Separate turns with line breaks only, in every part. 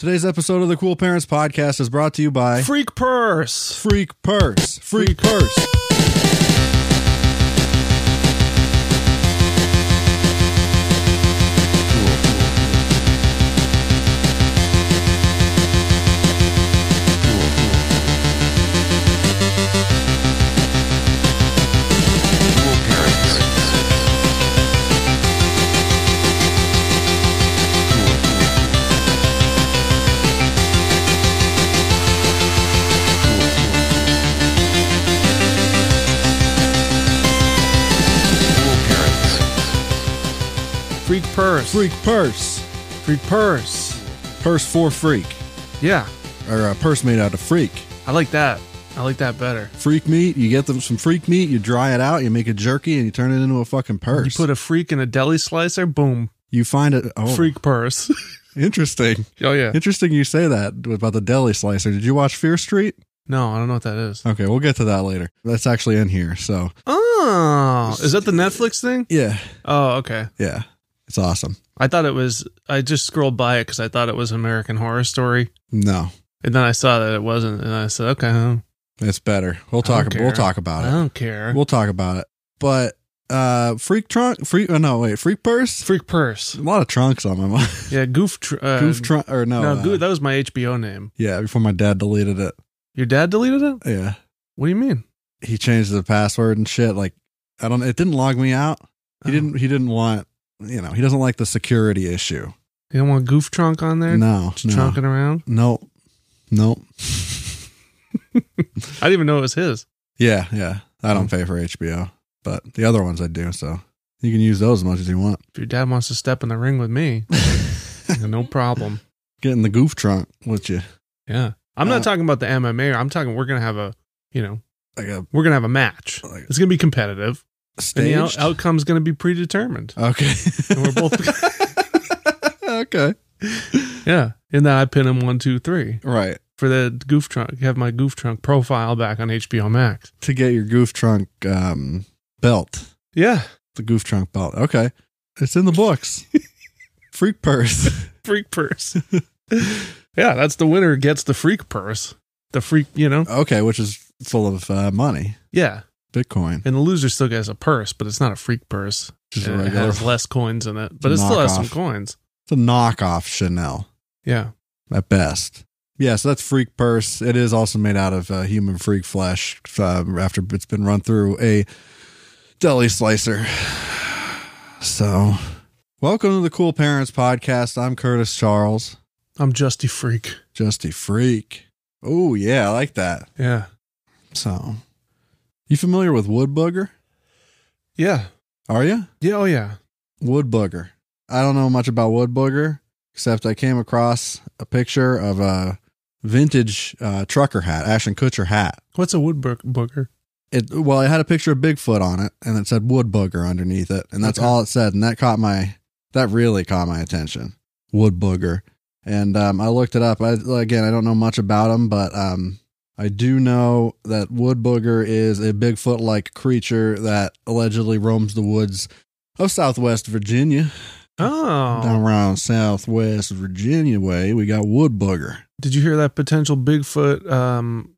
Today's episode of the Cool Parents Podcast is brought to you by
Freak purse.
Freak Purse. Freak Purse.
Freak purse.
Freak Purse.
Freak purse.
Purse for freak.
Yeah,
Or a purse made out of freak.
I like that. I like that better.
Freak meat, you get them some freak meat, you dry it out, you make a jerky, and you turn it into a fucking
You
purse.
put a freak in a deli slicer, boom,
you find it. Oh,
freak purse.
interesting.
oh yeah.
Interesting you say that about the deli slicer. Did you watch Fear Street?
No, I don't know what that is.
Okay, we'll get to that later. That's actually in here. So,
Oh, is that the Netflix thing?
yeah,
Oh, okay.
yeah. It's awesome.
I thought it was. I just scrolled by it because I thought it was American Horror Story,
No,
and then I saw that it wasn't, and I said, okay, huh,
it's better. We'll
I don't
talk. We'll
care.
talk about
I
it.
don't care.
We'll talk about it. But uh, freak trunk, freak. Oh, no, wait, freak purse.
freak purse.
A lot of trunks on my mind.
Yeah, goof. Tr- uh,
Goof trunk or no?
No,
uh,
Goo- that was my HBO name.
yeah, before my dad deleted it.
Your dad deleted it.
Yeah,
What do you mean?
he changed the password and shit. Like, I don't. It didn't log me out. He
Oh.
didn't. He didn't want. You know, he doesn't like the security issue.
You don't want goof trunk on there?
No,
Just
no,
trunking around.
no, no.
I didn't even know it was his.
Yeah, yeah. I don't pay for HBO, but the other ones I do. So you can use those as much as you want.
If your dad wants to step in the ring with me, no problem.
Get in the goof trunk with you.
Yeah. I'm
Uh,
not talking about the MMA. I'm talking we're gonna have a you know,
Like a
we're gonna have a match.
Like-
It's gonna be competitive.
stage.
And the out- outcome's gonna be predetermined.
okay.
And we're both
okay.
Yeah. And then I pin him one, two, three
Right.
for the goof trunk. Have my goof trunk profile back on HBO Max.
to get your goof trunk um, belt,
Yeah.
the goof trunk belt. Okay, it's in the books. Freak purse.
Freak purse. yeah, that's the winner gets the freak purse. The freak, you know?
Okay, which is full of uh, money,
Yeah.
Bitcoin.
And the loser still gets a purse, but it's not a freak purse.
Just a
And it
regular-
has less coins in it, but
a
it still has some
knockoff.
coins.
It's a knockoff Chanel
Yeah.
at best. Yeah, so that's freak purse. It is also made out of uh, human freak flesh uh, after it's been run through a deli slicer. So, welcome to the Cool Parents Podcast. I'm Curtis Charles,
I'm Justy Freak.
just a freak. Oh, yeah, I like that.
Yeah.
So, you familiar with wood bugger?
Yeah.
Are you
Yeah. Oh, yeah.
wood bugger? I don't know much about wood bugger, except I came across a picture of a vintage uh, trucker hat, Ashton Kutcher hat.
What's a wood book- booker?
It well, it had a picture of Bigfoot on it, and it said wood bugger underneath it, and that's
Okay.
all it said, and that caught my that really caught my attention. Wood bugger, and um, I looked it up. I again, I don't know much about him, but um, I do know that wood booger is a Bigfoot like creature that allegedly roams the woods of Southwest Virginia.
Oh.
Down around Southwest Virginia way, we got wood booger.
Did you hear that potential Bigfoot, um,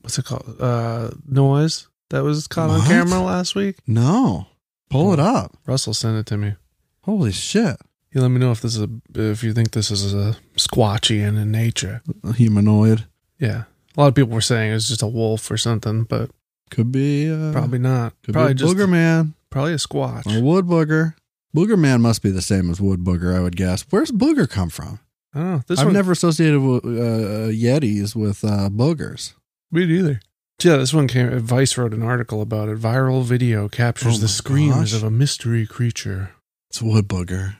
what's it called? Uh, noise that was caught
What?
on camera last week?
No, pull
Oh.
it up.
Russell sent it to me.
Holy shit.
You let me know if this is a, if you think this is a squatchian in nature.
A humanoid.
Yeah. A lot of people were saying it's just a wolf or something, but
Could be uh,
probably not.
could
Probably
be a
just
booger man
probably a squatch.
or wood booger. Booger man must be the same as wood booger, I would guess. Where's booger come from?
I don't know. Oh, This
I've
one,
never associated wo- uh, uh, yetis with uh, boogers.
Me neither. Yeah, this one came. Vice wrote an article about it. Viral video captures
Oh my
the screams
gosh.
of a mystery creature.
It's wood booger.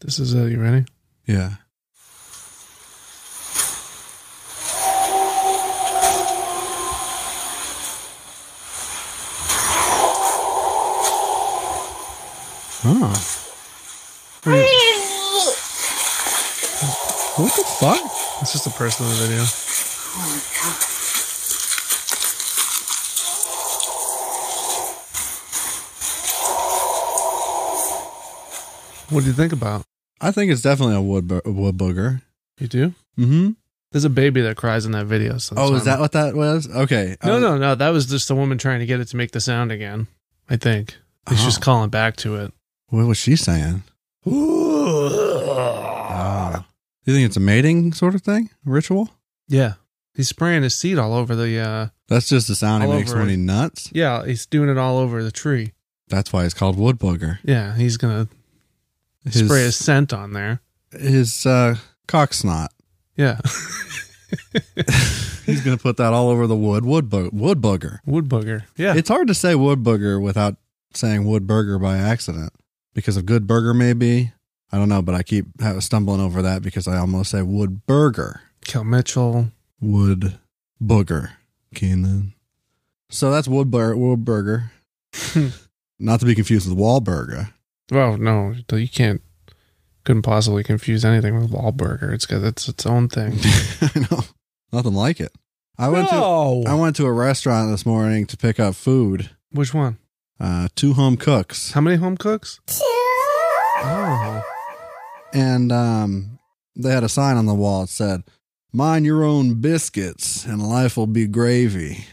This is uh, you ready?
Yeah. Oh. What the fuck?
It's just a personal video. What do you think about?
I think it's definitely a wood bo- wood booger.
You do?
Mm-hmm.
There's a baby that cries in that video. so that's
Oh,
why
is that
I'm-
what that was? Okay.
No,
Uh,
no, no. That was just the woman trying to get it to make the sound again. I think it's
Oh.
just calling back to it.
What was she saying? Oh. Do you think it's a mating sort of thing? Ritual?
Yeah, he's spraying his seed all over the. uh
That's just the sound
All
he makes
over
when
it.
he nuts.
Yeah, he's doing it all over the tree.
That's why it's called wood booger.
Yeah, he's gonna
His,
spray his scent on there.
his uh, cock snot.
Yeah,
He's gonna put that all over the wood. Wood bo- wood booger.
wood booger. Yeah,
It's hard to say wood booger without saying wood burger by accident because of good burger maybe. I don't know, but I keep ha- stumbling over that because I almost say wood burger,
Kel Mitchell.
wood booger, Keenan. So that's wood, bur- wood burger, not to be confused with Wahlburger.
Well, no, you can't. Couldn't possibly confuse anything with Wahlburger. It's got it's its own thing.
I know, nothing like it. I went to I went to a restaurant this morning to pick up food.
Which one?
Uh, two home cooks.
How many home cooks? Oh,
and um, they had a sign on the wall that said, "Mind your own biscuits, and life will be gravy."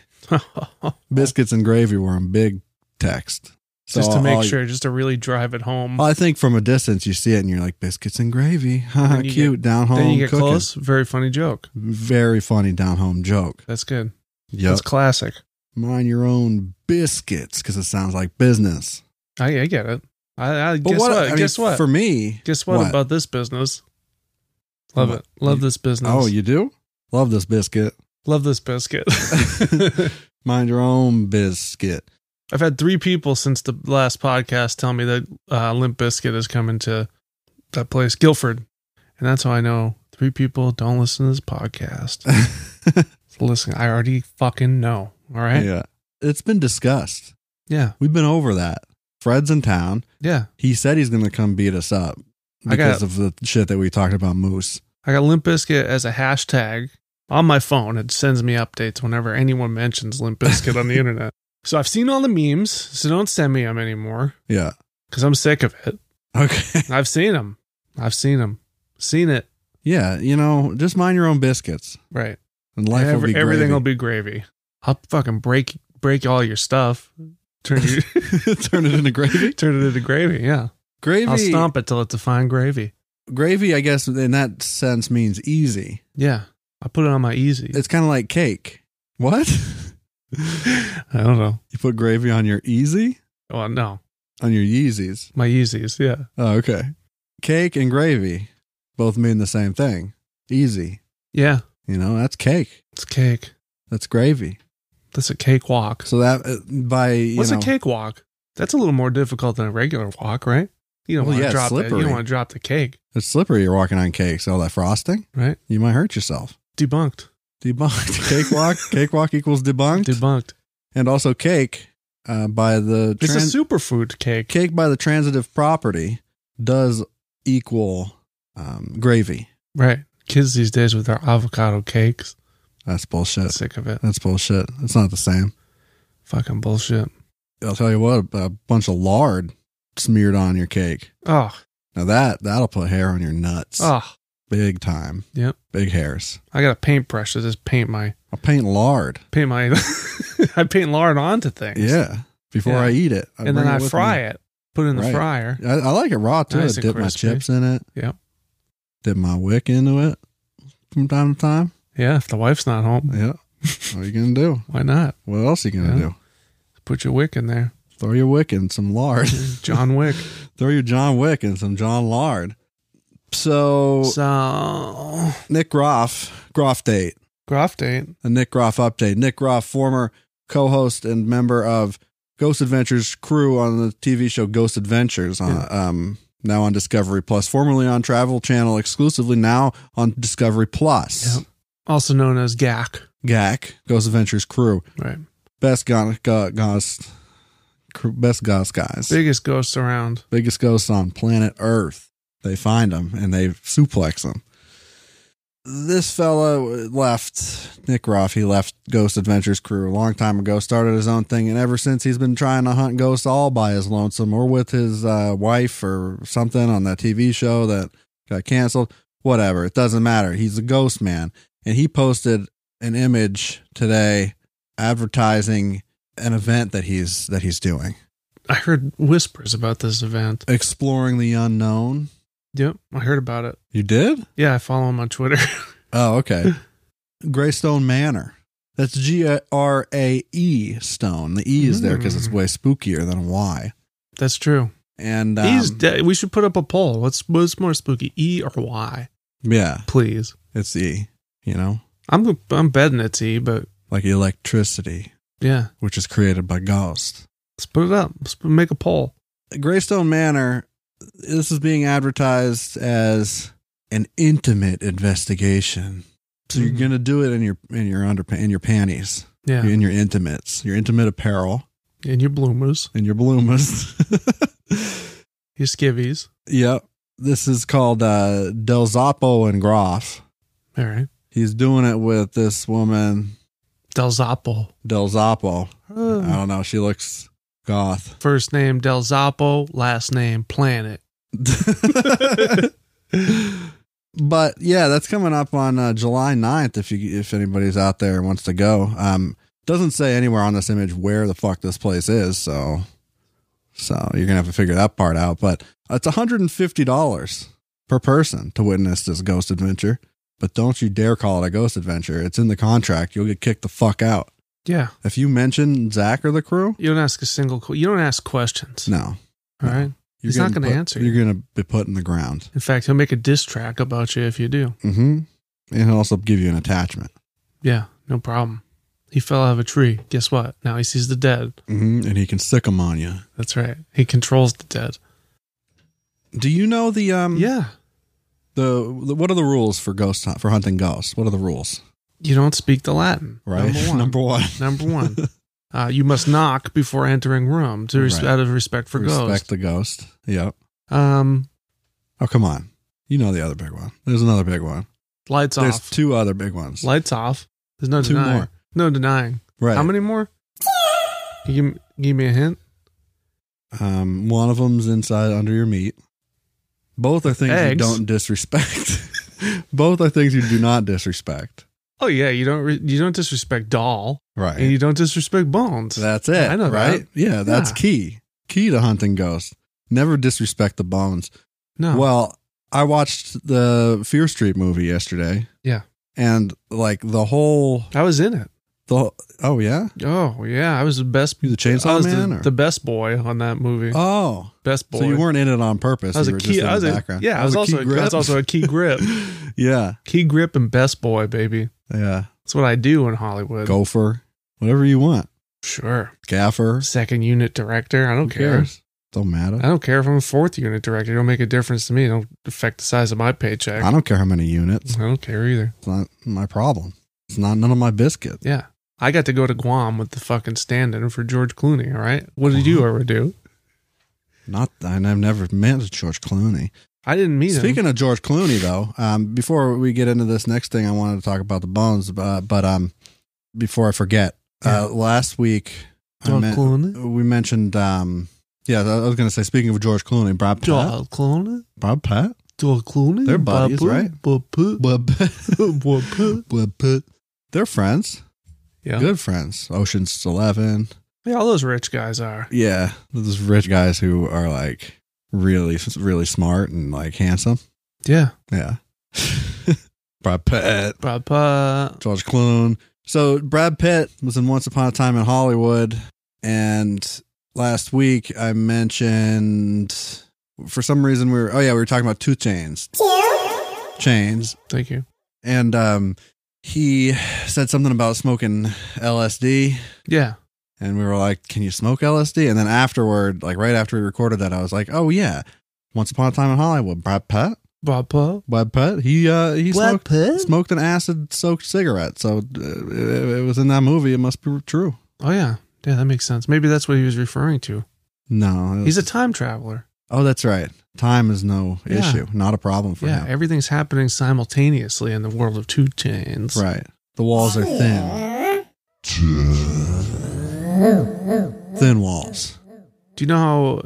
Biscuits and gravy were in big text, So
just to make
all-
sure, just to really drive it home.
I think from a distance you see it, and you're like, "Biscuits and gravy, Ha,
Then you
cute down home
then you get
cooking."
close. Very funny joke.
Very funny down home joke.
That's good.
Yep.
That's classic.
Mind your own biscuits because it sounds like business.
I, I get it. I, I guess what?
I mean,
guess what?
For me,
guess what,
what?
about this business? Love
What?
it. Love
You-
this business.
oh, you do love this biscuit.
love this biscuit.
Mind your own biscuit.
I've had three people since the last podcast tell me that uh, Limp Biscuit is coming to that place, Guilford, and that's how I know three people don't listen to this podcast. so listen, I already fucking know. All right. Yeah.
Yeah. It's been discussed.
Yeah.
We've been over that. Fred's in town. He said he's going to come beat us up
I
because
got-
of the shit that we talked about Moose.
I got Limp Biscuit as a hashtag on my phone. It sends me updates whenever anyone mentions Limp Biscuit on the internet. So I've seen all the memes. So don't send me them anymore
Yeah.
because I'm sick of it.
Okay.
I've seen them. I've seen them. Seen it.
yeah. You know, just mind your own biscuits
Right.
and life
Every-
will be
everything
gravy.
will be gravy. I'll fucking break break all your stuff. Turn you
Turn it into gravy.
turn it into gravy. Yeah.
Gravy.
I'll stomp it till it's a fine gravy.
Gravy, I guess, in that sense means easy.
Yeah. I put it on my easy.
It's kind of like cake. What?
I don't know.
you put gravy on your easy?
Well, no,
On your Yeezys.
my Yeezys. Yeah.
Oh, okay. Cake and gravy both mean the same thing. Easy.
Yeah.
You know, that's cake.
It's cake.
That's gravy.
That's a cakewalk.
So that uh, by you
What's
know,
a cakewalk? That's a little more difficult than a regular walk, right? You don't
Well,
want
yeah,
to drop that. You
slippery.
don't want to drop the cake,
it's slippery. You're walking on cakes. All that frosting,
right?
you might hurt yourself.
Debunked.
Debunked. Cakewalk. Cakewalk equals debunked.
Debunked.
and also cake uh, by the
It's
trans-
a superfood cake.
cake by the transitive property does equal um, gravy.
Right. Kids these days with their avocado cakes.
That's bullshit.
Sick of it.
That's bullshit. It's not the same.
Fucking bullshit.
I'll tell you what. A bunch of lard smeared on your cake.
Oh,
Now that that'll put hair on your nuts,
oh.
big time.
Yep.
Big hairs.
I got a paintbrush to just paint my,
I'll paint lard.
paint my, I paint lard onto things.
Yeah. Before
Yeah.
I eat it,
And then I fry it, put it in the
Right.
fryer.
I, I like it raw too.
Nice
I
and
dip my
crispy.
chips in it.
Yep.
Dip my wick into it from time to time.
Yeah. If the wife's not home,
Yeah. what are you gonna do?
why not?
What else are you gonna
Yeah.
do?
Put your wick in there.
Throw your wick in some lard.
John Wick.
Throw your John Wick in some John lard. So
So,
Nick Groff, Groff date,
Groff date.
a Nick Groff update. Nick Groff, former co-host and member of Ghost Adventures crew on the TV show Ghost Adventures on um now on Discovery Plus, formerly on Travel Channel exclusively, now on Discovery Plus.
Yep. also known as GAC.
GAC, Ghost Adventures crew.
Right.
Best Gon- Go- Ghost cr- best ghost guys,
Biggest ghost around.
biggest ghosts on planet Earth. They find him and they suplex him. This fella left Nick Roth. He left Ghost Adventures crew a long time ago. Started his own thing, and ever since he's been trying to hunt ghosts all by his lonesome, or with his uh, wife or something on that TV show that got canceled. Whatever, it doesn't matter. He's a ghost man, and he posted an image today advertising an event that he's that he's doing,
I heard whispers about this event.
exploring the unknown.
Yep, I heard about it.
You did?
Yeah, I follow him on Twitter.
Oh, okay. Greystone Manor. That's G R A E Stone. The E is there because it's way spookier than a Y.
That's true.
And um,
He's dead. We should put up a poll. What's what's more spooky, E or Y?
yeah,
Please.
it's E. You know,
I'm I'm betting it's E, but
like electricity,
yeah,
which is created by ghosts.
let's put it up. Let's put- make a poll.
Greystone Manor. This is being advertised as an intimate investigation. So you're
Mhm.
gonna do it in your in your underpa- in your panties,
Yeah,
in your intimates, your intimate apparel,
and your bloomers,
in your bloomers.
your skivvies.
Yep. This is called uh, Del Zappo and Groff.
All right,
He's doing it with this woman,
Del Zappo.
Del Zappo.
Uh,
I don't know. She looks goth.
First name Del Zappo, last name Planet.
but yeah, that's coming up on uh, July 9th if you if anybody's out there and wants to go. Um doesn't say anywhere on this image where the fuck this place is, so so you're going to have to figure that part out, but it's $150 per person to witness this ghost adventure. But don't you dare call it a ghost adventure. It's in the contract. You'll get kicked the fuck out.
Yeah,
If you mention Zach or the crew,
you don't ask a single. que- You don't ask questions.
no.
All right.
You're
He's not
getting
gonna
put-
answer.
You're going to be put in the ground.
In fact, he'll make a diss track about you if you do.
Mm-hmm. And he'll also give you an attachment.
Yeah, no problem. He fell out of a tree. Guess what? Now he sees the dead.
Mm-hmm. And he can stick them on you.
That's right. He controls the dead.
Do you know the um?
Yeah.
The, the what are the rules for ghost hunt, for hunting ghosts? What are the rules?
You don't speak the Latin.
Right.
Number one.
Number one.
Number one. Uh, you must knock before entering room to res-
Right.
out of respect for
Respect
ghosts.
the ghost. Yep.
Um,
Oh come on. You know the other big one. There's another big one.
lights
There's
off.
two other big ones.
lights off. There's no
Two
denying.
more.
No denying.
right.
How many more? Can you give, me- give me a hint.
Um, one of them's inside under your meat. Both are things you
Eggs.
don't disrespect. Both are things you do not disrespect.
Oh yeah, you don't re- you don't disrespect doll,
Right.
and you don't disrespect bones.
That's it.
I know that.
right? Yeah, that's
Yeah.
key. Key to hunting ghosts. Never disrespect the bones.
no.
Well, I watched the Fear Street movie yesterday.
Yeah.
And like the whole
I was in it.
the oh yeah?
Oh yeah, I was the best.
You the chainsaw
I was
man
the,
or-
the best boy on that movie.
Oh.
best boy.
So you weren't in it on purpose.
I was
you
a
were
key.
just in
I was
the
a,
background.
yeah. I
That
was,
a
also
key
a, that's also a key grip.
yeah.
key grip and best boy, baby.
Yeah.
That's what I do in Hollywood.
Gopher. Whatever you want.
Sure.
Gaffer.
Second unit director. I don't
Who
care.
cares? Don't matter.
I don't care if I'm a fourth unit director. It don't make a difference to me. It don't affect the size of my paycheck.
I
I
don't care how many units.
don't care either.
It's not my problem. It's not none of my biscuit.
Yeah. I got to go to Guam with the fucking stand in for George Clooney, all right? What did
Uh-huh.
you ever do?
Not and I've never met George Clooney.
I didn't meet him.
Speaking of George Clooney, though, um, before we get into this next thing, I wanted to talk about the bones, uh, but um, before I forget,
Yeah.
uh, last week I
George
men- uh,
Clooney.
we mentioned, um, yeah, I was going to say, speaking of George Clooney, Brad Pitt,
George Clooney.
Brad Pitt,
George Clooney.
They're buddies,
Bapu,
right?
bapu,
Brad Pitt,
bapu.
Brad Pitt. they're friends,
Yeah.
good friends. Ocean's Eleven,
Yeah, all those rich guys are.
yeah, those rich guys who are like really, really smart and like handsome,
Yeah.
yeah. Brad Pitt.
Papa.
George Clooney. So Brad Pitt was in Once Upon a Time in Hollywood, and last week I mentioned for some reason we were oh yeah we were talking about two chains chains
Thank you.
and um he said something about smoking LSD
Yeah.
and we were like can you smoke LSD and then afterward like right after we recorded that I was like oh yeah Once Upon a Time in Hollywood Brad Pitt
Papa.
Brad Pitt he uh he smoked
Pit?
smoked an acid soaked cigarette. So uh, it, it was in that movie. It must be true.
Oh yeah, Yeah, that makes sense. Maybe that's what he was referring to.
No,
He's a time traveler.
oh, that's right. Time is no
Yeah.
issue, not a problem for
Yeah,
him.
everything's happening simultaneously in the world of two tens.
Right. The walls are thin. thin walls.
Do you know how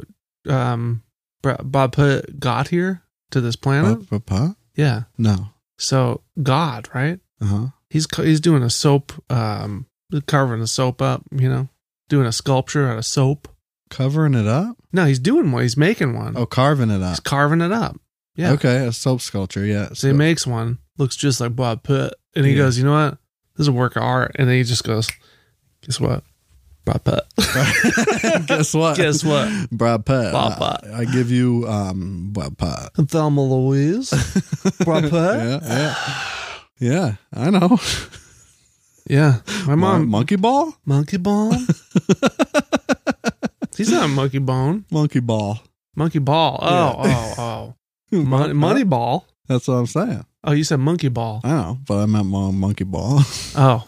um, Bra- Bob Put got here to this planet?
Huh? Huh?
Yeah.
No.
So God, right?
Uh huh.
He's cu- he's doing a soap, um, carving a soap up. You know, doing a sculpture out of soap.
Covering it up?
No, he's doing one. He's making one.
Oh, carving it
He's
up.
carving it up. Yeah.
Okay, a soap sculpture. Yeah.
So he makes one, looks just like Bob Pitt, and he
Yeah.
goes, "You know what? This is a work of art." And then he just goes, "Guess what, Bob Pitt?
Guess what?
Guess what?
Brad Pitt.
Brad
I-
Pitt.
I, give you um Brad Pitt.
Thelma Louise, Bob Pitt." Yeah.
Yeah, yeah. Yeah, I know.
my
Mon-
mom,
monkey ball?
monkey bone. He's not a monkey bone,
Monkey ball.
monkey ball. Oh,
Yeah.
oh, oh, Mon- money ball.
That's what I'm saying.
Oh, you said monkey ball.
I know, but I meant mon- monkey ball.
Oh,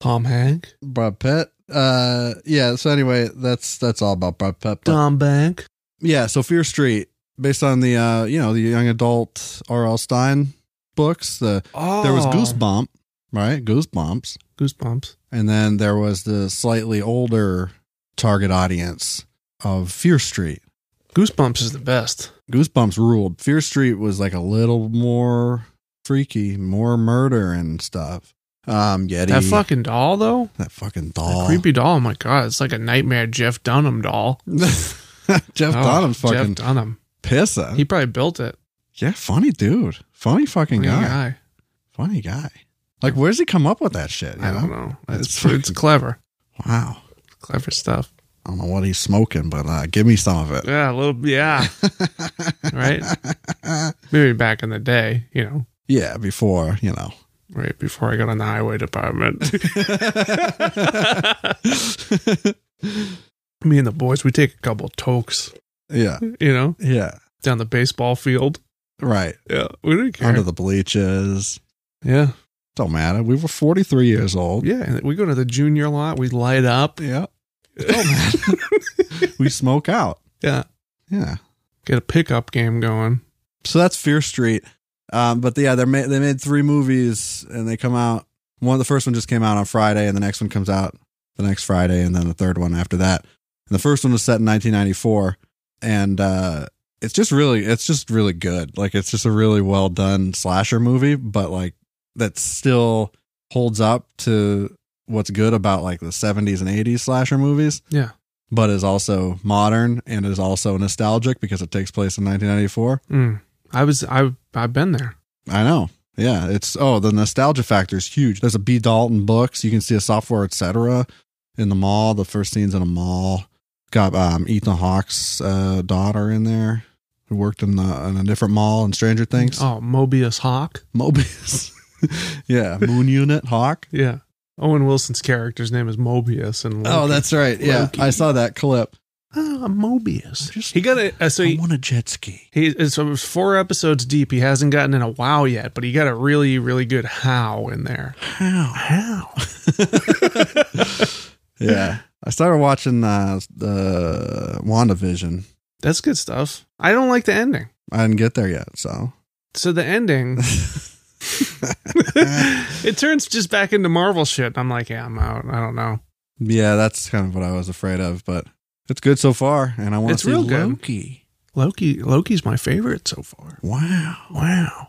Tom Hank,
Brad Pitt. Uh yeah, so anyway, that's that's all about Brad Pitt. but-
Tom Bank.
yeah, so Fear Street, based on the uh, you know, the young adult R.L. Stein books, the
Oh,
there was Goosebump, right? Goosebumps.
Goosebumps.
And then there was the slightly older target audience of Fear Street.
Goosebumps is the best.
Goosebumps ruled. Fear Street was like a little more freaky, more murder and stuff. Um, Yeti,
That fucking doll, though.
that fucking
That
doll,
creepy doll. Oh my god, it's like a nightmare Jeff Dunham doll.
Jeff
Oh,
Dunham's fucking
Jeff Dunham.
pisser.
He probably built it.
yeah, funny dude, funny fucking
Funny
guy.
guy.
funny guy. Like, where does he come up with that shit? you
I don't know.
It's
It's
fucking-
it's clever,
Wow,
clever stuff.
I don't know what he's smoking, but uh, give me some of it.
Yeah, a little. Yeah, right. Maybe back in the day, you know,
yeah, before you know.
right before I got on the highway department. Me and the boys, we take a couple tokes,
yeah,
you know,
yeah,
down the baseball field.
right.
Yeah, we didn't care.
Under the bleachers.
yeah,
Don't matter. We were 43 years old.
yeah. and We go to the junior lot. We light up.
Yeah. Don't matter. we smoke out.
Yeah,
Yeah.
get a pickup game going.
So that's Fear Street. Um, but yeah, they made they made three movies and they come out. One the first one just came out on Friday, and the next one comes out the next Friday, and then the third one after that. And the first one was set in 1994, and uh, it's just really it's just really good. Like it's just a really well done slasher movie, but like that still holds up to what's good about like the 70s and 80s slasher movies.
Yeah.
But is also modern and is also nostalgic because it takes place in 1994.
Mm. I was I I've been there.
I know. Yeah, it's oh the nostalgia factor is huge. There's a B Dalton books. You can see a software etc. in the mall. The first scenes in a mall. Got um, Ethan Hawke's uh, daughter in there who worked in the in a different mall in Stranger Things.
Oh, Mobius Hawk.
Mobius. yeah, Moon Unit Hawk.
Yeah. Owen Wilson's character's name is Mobius, and
Oh, that's right. Yeah,
Loki.
I saw that clip.
oh, I'm Mobius.
I'm just-
he got it. Uh, so
I
he,
want a jet ski.
he it's it was four episodes deep. He hasn't gotten in a wow yet, but he got a really really good how in there.
How?
How?
Yeah, I started watching uh, the WandaVision.
That's good stuff. I don't like the ending.
I didn't get there yet, so
So the ending. it turns just back into Marvel shit. and I'm like, yeah, I'm out. I don't know.
Yeah, that's kind of what I was afraid of, but it's good so far, and I want to
It's
see
real good.
Loki.
Loki Loki's my favorite so far.
Wow,
Wow.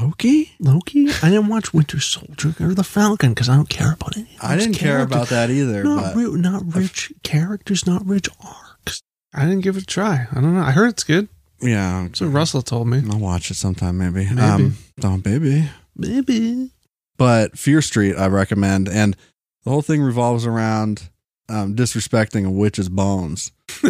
Loki!
Loki? I didn't watch Winter Soldier or The Falcon because I don't care about any. of
I
those
didn't care
characters.
about that either.
Not
but
ri- not rich characters, not rich arcs. I didn't give it a try. I don't know. I heard it's good.
yeah, Mm.
So Russell told me.
I'll watch it sometime, maybe.
Maybe.
Um, oh, maybe.
Maybe.
But Fear Street, I recommend, and the whole thing revolves around um, disrespecting a witch's bones,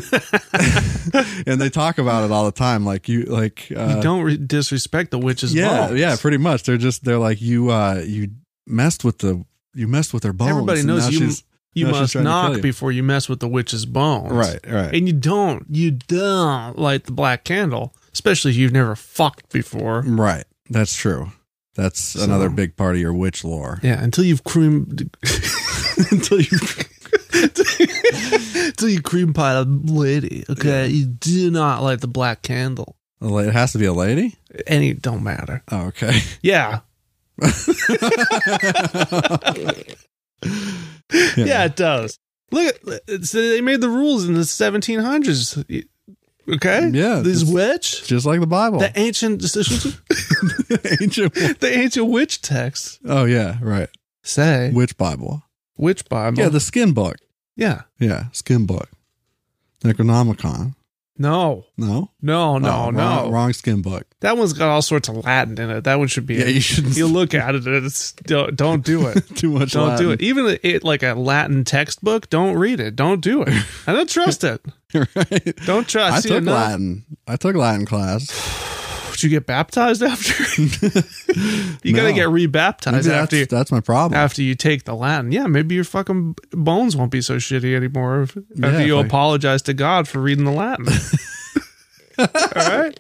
and they talk about it all the time. Like you, like uh,
you don't re- disrespect the witch's
yeah,
bones.
yeah, pretty much. They're just they're like you, uh, you messed with the. You messed with their bones.
Everybody
and
knows
now
you-
she's-
You
No, she's
must
trying to kill
knock
you.
before you mess with the witch's bones.
Right, right.
And you don't. You don't light the black candle, especially if you've never fucked before.
Right. That's true. That's
So-
another big part of your witch lore.
Yeah, until you've cream, until you, until you cream pie a lady. Okay, you do not light the black candle.
A la- It has to be a lady?
Any don't matter.
Oh, okay.
Yeah, yeah, it does. Look, at, so they made the rules in the 1700s. Okay,
Yeah, Oh.
these
it's-
witch,
Just like the Bible.
the ancient,
Ancient-
the ancient witch texts
Oh, yeah, right.
say
Witch Bible.
witch Bible.
Yeah, the skin book.
yeah.
Yeah, skin book. Necronomicon.
No,
No?
no, no,
Oh,
no.
Wrong, wrong skin book.
That one's got all sorts of Latin in it. That one should be.
Yeah, you shouldn't
you look at it. It's don't don't do it.
too much
Don't do
Latin.
it. Even it like a Latin textbook. Don't read it. Don't do it. I don't trust it.
right?
Don't trust.
I
See,
took
enough-
Latin. I took Latin class.
Would you get baptized after? you gotta
No. Maybe
get rebaptized
that's,
after you,
that's my problem.
after you take the Latin. Yeah, maybe your fucking bones won't be so shitty anymore if,
Yeah,
after you
if I-
apologize to God for reading the Latin. All right.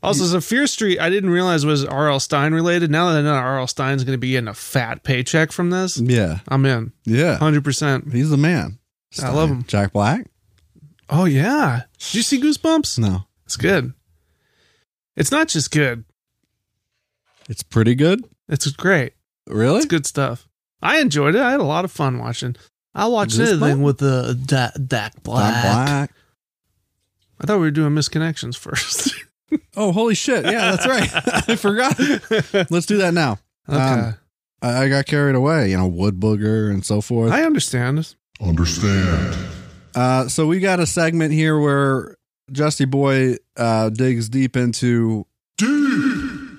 Also, so Fear Street, I didn't realize was R.L. Stein related. Now that I know R.L. Stein's going to be getting a fat paycheck from this,
yeah.
I'm in
Yeah.
100%.
He's the man.
I love him.
Jack Black?
Oh, yeah. Did you see Goosebumps?
No.
It's good. It's not just good,
It's pretty good.
it's great.
Really?
It's good stuff. I enjoyed it. I had a lot of fun watching. I watched
Goosebumps?
anything with the uh, Dak, Dak Black.
Jack Black.
I thought we were doing misconnections first.
Oh, holy shit. Yeah, that's right. I forgot. Let's do that now.
okay,
Um, I, I got carried away, you know, wood booger and so forth.
I understand.
Understand.
Uh, so we got a segment here where Justy Boy uh, digs deep into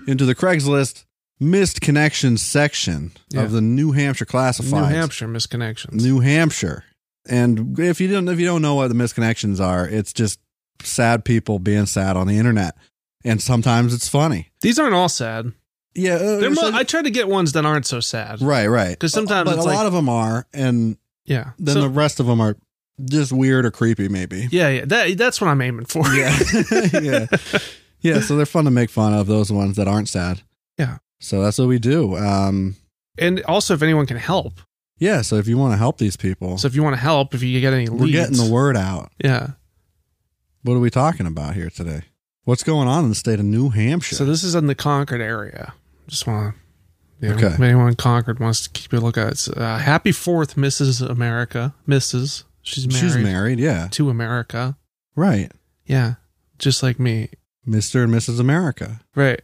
into the Craigslist missed connections section
Yeah.
of the New Hampshire
New
classifieds.
Hampshire misconnections.
New Hampshire. And if you don't if you don't know what the misconnections are, it's just sad people being sad on the internet, and sometimes it's funny.
These aren't all sad.
Yeah, uh,
They're
so-
mo- I try to get ones that aren't so sad.
right, right.
'Cause sometimes
but
it's
a
like-
lot of them are, and
Yeah.
then
So-
the rest of them are just weird or creepy, maybe.
yeah, yeah. That, that's what I'm aiming for.
Yeah. yeah. Yeah. So they're fun to make fun of, those ones that aren't sad.
Yeah.
So that's what we do. Um,
and also, if anyone can help.
yeah. So if you want to help these people,
So if you want to help, if you get any leads,
we're getting the word out.
yeah.
What are we talking about here today? What's going on in the state of New Hampshire?
So this is in the Concord area. Just want to, you know,
Okay.
if anyone in Concord wants to keep a look at it. It's, uh, happy Fourth, Mrs. America, Mrs. She's married,
She's married. Yeah.
to America.
Right.
Yeah, just like me.
Mr. and Mrs. America.
Right.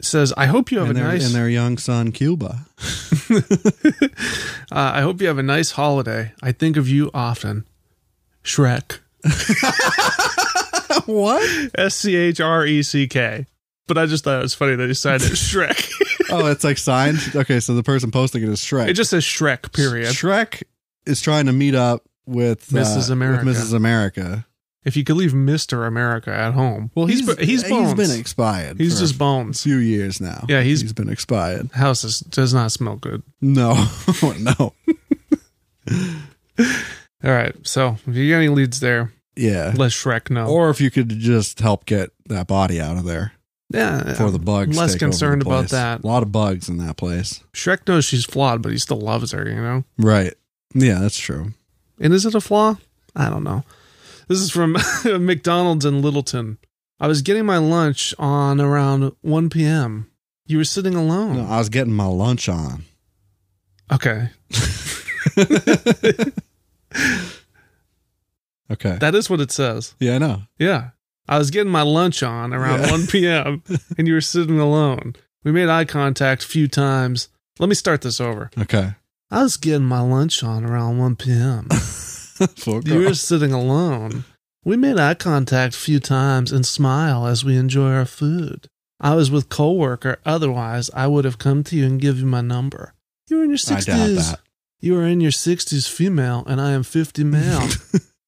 Says, I hope you have
and,
a
their,
nice.
and their young son, Cuba.
uh, I hope you have a nice holiday. I think of you often. Shrek.
what?
S C H R E C K. But I just thought it was funny that he signed it Shrek.
Oh, it's like signed. Okay. So the person posting it is Shrek.
it just says Shrek, period.
Shrek is trying to meet up with uh,
Mrs.
with
America.
Mrs. America.
If you could leave Mr. America at home.
Well, he's
bu- he's bones.
he's been expired.
He's
for
just
a
bones.
few years now.
Yeah, he's-
he's been expired.
House is, does not smell good.
No, no.
All right. So if you got any leads there,
Yeah.
let Shrek know.
Or if you could just help get that body out of there
yeah,
before the bugs.
less
take over the
concerned about
place.
that.
A lot of bugs in that place.
Shrek knows she's flawed, but he still loves her. You know.
Right. Yeah, that's true.
And is it a flaw? I don't know. This is from McDonald's in Littleton. I was getting my lunch on around 1 p.m. You were sitting alone.
No, I was getting my lunch on.
Okay.
Okay.
That is what it says.
yeah, I know.
Yeah. I was getting my lunch on around
Yeah.
1 p.m. and you were sitting alone. We made eye contact a few times. Let me start this over.
Okay.
I was getting my lunch on around 1 p.m.
Full
You were
girl.
sitting alone. We made eye contact a few times and smile as we enjoy our food. I was with coworker, otherwise I would have come to you and give you my number. You were in your
I doubt
sixties.
that.
You are in your sixties female and I am fifty male.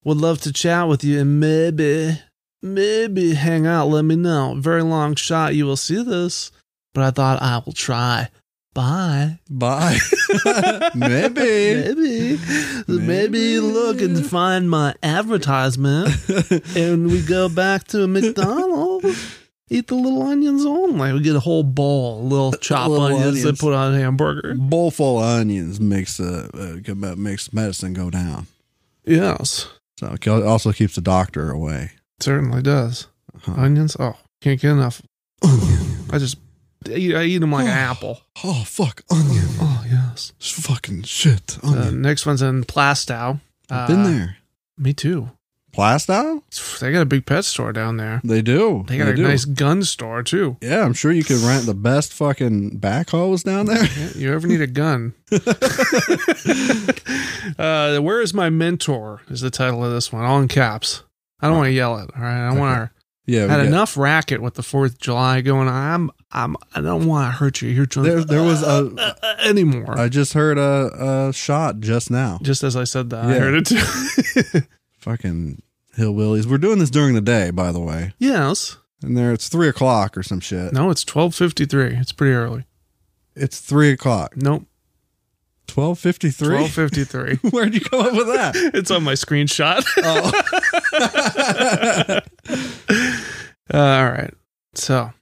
would love to chat with you and maybe maybe hang out, let me know. Very long shot you will see this. But I thought I will try. Bye.
Bye. Maybe.
Maybe.
Maybe.
Maybe you look and find my advertisement and we go back to McDonald's eat the little onions only. We get a whole bowl, little chop
Little
onions, they
onions.
put on a hamburger.
Bowl full of onions makes the uh, uh, makes medicine go down.
Yes,
So it also keeps the doctor away.
it certainly does.
Uh-huh.
Onions, oh, can't get enough. I just I eat, I eat them like an apple.
Oh fuck, onion!
Oh yes.
Fucking shit,
Uh,
onion.
next one's in Plastow.
I've been
Uh,
there.
Me too.
Plastow?
They got a big pet store down there.
They do.
They got a
do.
nice gun store too.
Yeah, I'm sure you could rent the best fucking backhoes down there.
Yeah, you ever need a gun? uh, Where is my mentor? Is the title of this one all in caps? I don't want to yell it. All right, I don't want to.
Yeah, we
Had
got-
enough racket with the Fourth of July going. on. I'm, I'm, I don't want to hurt you. You're trying.
There, there was
uh,
a.
uh, anymore.
I just heard a, a shot just now.
Just as I said that, I
Yeah.
heard it too.
Fucking hillbillies. We're doing this during the day, by the way.
yes.
And there, it's three o'clock or some shit.
No, it's twelve fifty three. It's pretty early.
It's three o'clock.
Nope.
Twelve fifty three.
Twelve fifty three.
Where'd you come up with that?
It's on my screenshot.
Oh.
Uh, all right. So,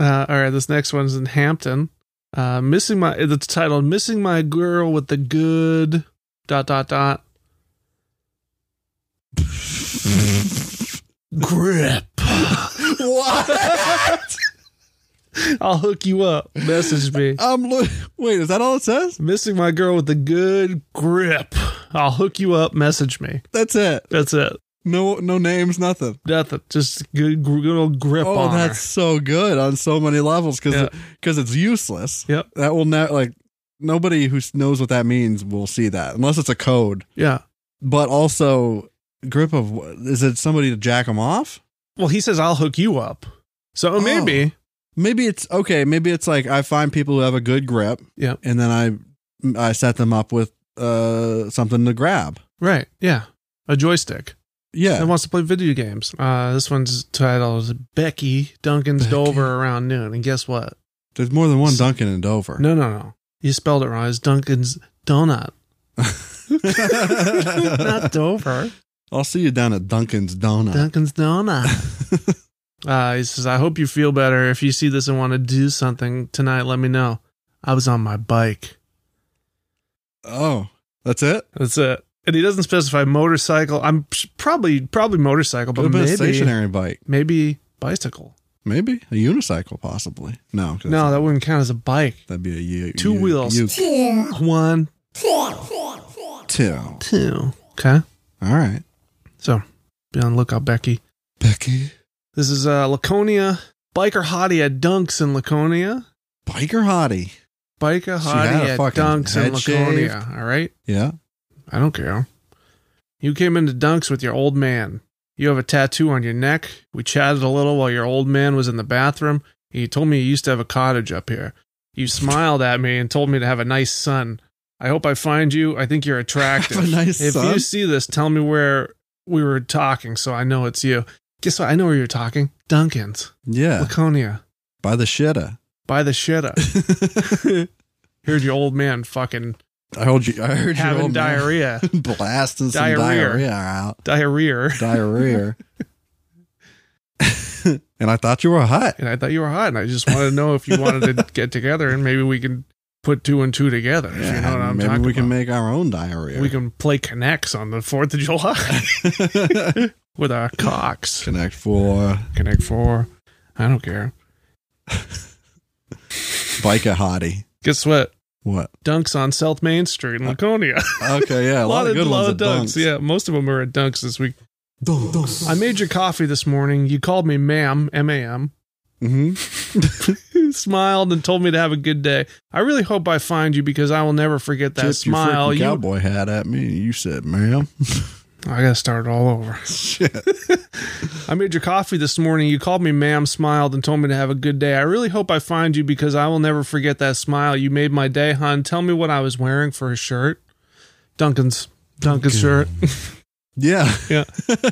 uh, all right. This next one's in Hampton. Uh, missing my. It's titled "Missing My Girl with the Good." Dot dot dot. Grip.
what?
I'll hook you up. Message me.
I'm lo- wait. Is that all it says?
Missing my girl with the good grip. I'll hook you up. Message me.
That's it.
That's it.
No, no names, nothing.
Nothing. Just good, good old grip
Oh,
on her.
that's so good on so many levels because
Yeah.
it's useless.
Yep.
That will not like nobody who s- knows what that means will see that unless it's a code.
Yeah.
But also, grip of wh- is it somebody to jack them off?
Well, he says I'll hook you up. So
Oh.
maybe.
Maybe it's okay. Maybe it's like I find people who have a good grip.
Yep.
And then I I set them up with uh something to grab.
Right. Yeah. A joystick.
Yeah.
that wants to play video games. Uh, this one's titled Becky Duncan's
Becky.
Dover around noon. And guess what?
There's more than one Duncan in Dover.
No, no, no. You spelled it wrong. It's Duncan's Donut, not Dover.
I'll see you down at Duncan's Donut.
Duncan's Donut. uh, he says, "I hope you feel better. If you see this and want to do something tonight, let me know. I was on my bike.
oh, that's it.
That's it." And he doesn't specify motorcycle. I'm sh- probably probably motorcycle,
Could
but
have been a
maybe
stationary bike.
maybe bicycle.
Maybe a unicycle, possibly. No, 'cause
No, that wouldn't count as a bike.
that'd be a u-
Two
u-
wheels.
u-
One,
two.
two. Okay.
All right,
So be on the lookout, Becky.
Becky,
This is uh, Laconia. Biker hottie at dunks in Laconia.
biker hottie.
Biker
She had
hottie
a
at
fucking
dunks in
head
Laconia. All right.
Yeah,
I don't care. You came into dunks with your old man. You have a tattoo on your neck. We chatted a little while your old man was in the bathroom. He told me you used to have a cottage up here. You smiled at me and told me to have a nice son. I hope I find you. I think you're attractive.
Have a nice
if
son?
you see this, tell me where we were talking so I know it's you. Guess what? I know where you're talking. Duncan's,
yeah.
Laconia,
By the shitta.
by the shitta. Heard your old man fucking
I heard you. I heard you
having diarrhea.
blasting some
Diarrhea.
diarrhea out.
diarrhea.
Diarrhea. and I thought you were hot.
and I thought you were hot, and I just wanted to know if you wanted to get together, and maybe we can put two and two together. if you know what I'm
maybe
talking
we can
about.
make our own diarrhea.
we can play connects on the Fourth of July
can
with our cocks.
connect uh, for
Connect four. I don't care.
biker hottie.
Guess what?
What?
Dunks on South Main Street in Laconia.
Okay, yeah, a lot, of good ones. at dunks.
Yeah, most of them are at dunks this week.
Dunk, dunk.
I made your coffee this morning. You called me ma'am, M A M.
Mm-hmm.
Smiled and told me to have a good day. I really hope I find you because I will never forget that
your
smile.
freaking
You,
cowboy hat at me. and You said, "Ma'am."
I gotta start it all over.
Shit.
I made your coffee this morning. You called me ma'am, smiled, and told me to have a good day. I really hope I find you because I will never forget that smile. You made my day, hon. Tell me what I was wearing for a shirt. Duncan's. Duncan's shirt.
Yeah.
Yeah.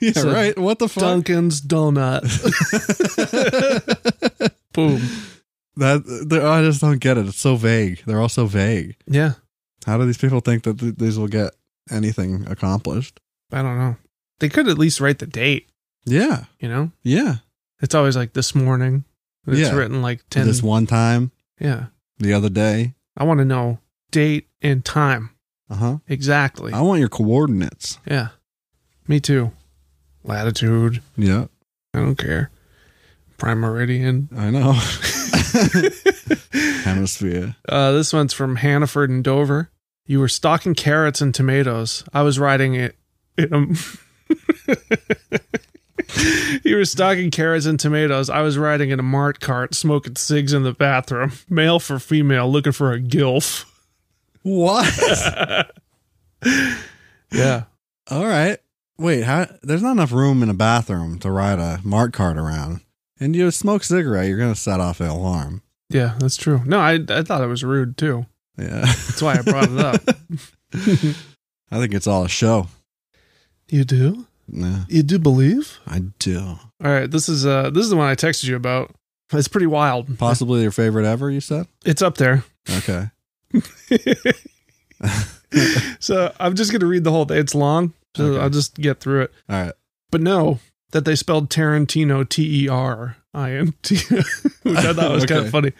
yeah.
So,
right. What the fuck?
Duncan's donut. Boom.
that they- I just don't get it. It's so vague. They're all so vague.
Yeah.
How do these people think that th- these will get anything accomplished?
I don't know. They could at least write the date,
Yeah.
you know?
Yeah.
It's always like this morning. It's
Yeah.
written like 10.
This one time,
Yeah.
the other day.
I want to know date and time
Uh huh.
exactly.
I want your coordinates.
yeah. Me too. Latitude.
Yeah,
I don't care. Prime meridian.
I know. Hemisphere.
Uh, this one's from Hannaford and Dover. You were stocking carrots and tomatoes. I was riding it. In a- you were stocking carrots and tomatoes. I was riding in a mart cart, smoking cigs in the bathroom. Male for female, looking for a gilf.
What?
Yeah.
All right. Wait, how? There's not enough room in a bathroom to ride a mart cart around, and you smoke cigarette. You're gonna set off an alarm.
Yeah, that's true. No, I, I thought it was rude too.
Yeah,
That's why I brought it up.
I think it's all a show.
You do?
Yeah,
You do believe?
I do.
All right, this is uh this is the one I texted you about. It's pretty wild.
Possibly your favorite ever. You said.
It's up there.
Okay.
so I'm just going to read the whole thing. It's long, so
Okay.
I'll just get through it.
All right.
But know that they spelled Tarantino T E R I N T, which I thought was kind
Okay.
of funny.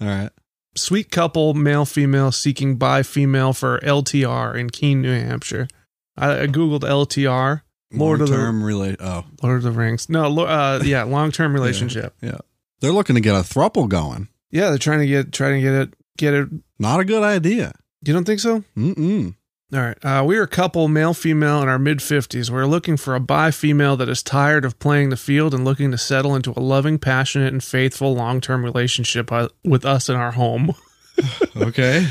All right.
Sweet couple, male female seeking bi female for LTR in Keene, New Hampshire. I, I googled LTR, Lord of the-
Long-term rela- Oh,
Lord of the Rings. No, lo- uh, yeah, long term relationship.
they're looking to get a thruple going.
Yeah. they're trying to get trying to get it get it.
Not a good idea.
You don't think so?
Mm-mm.
All right. Uh, we are a couple, male, female, in our mid 50s. We're looking for a bi female that is tired of playing the field and looking to settle into a loving, passionate, and faithful long term relationship uh, with us in our home.
Okay.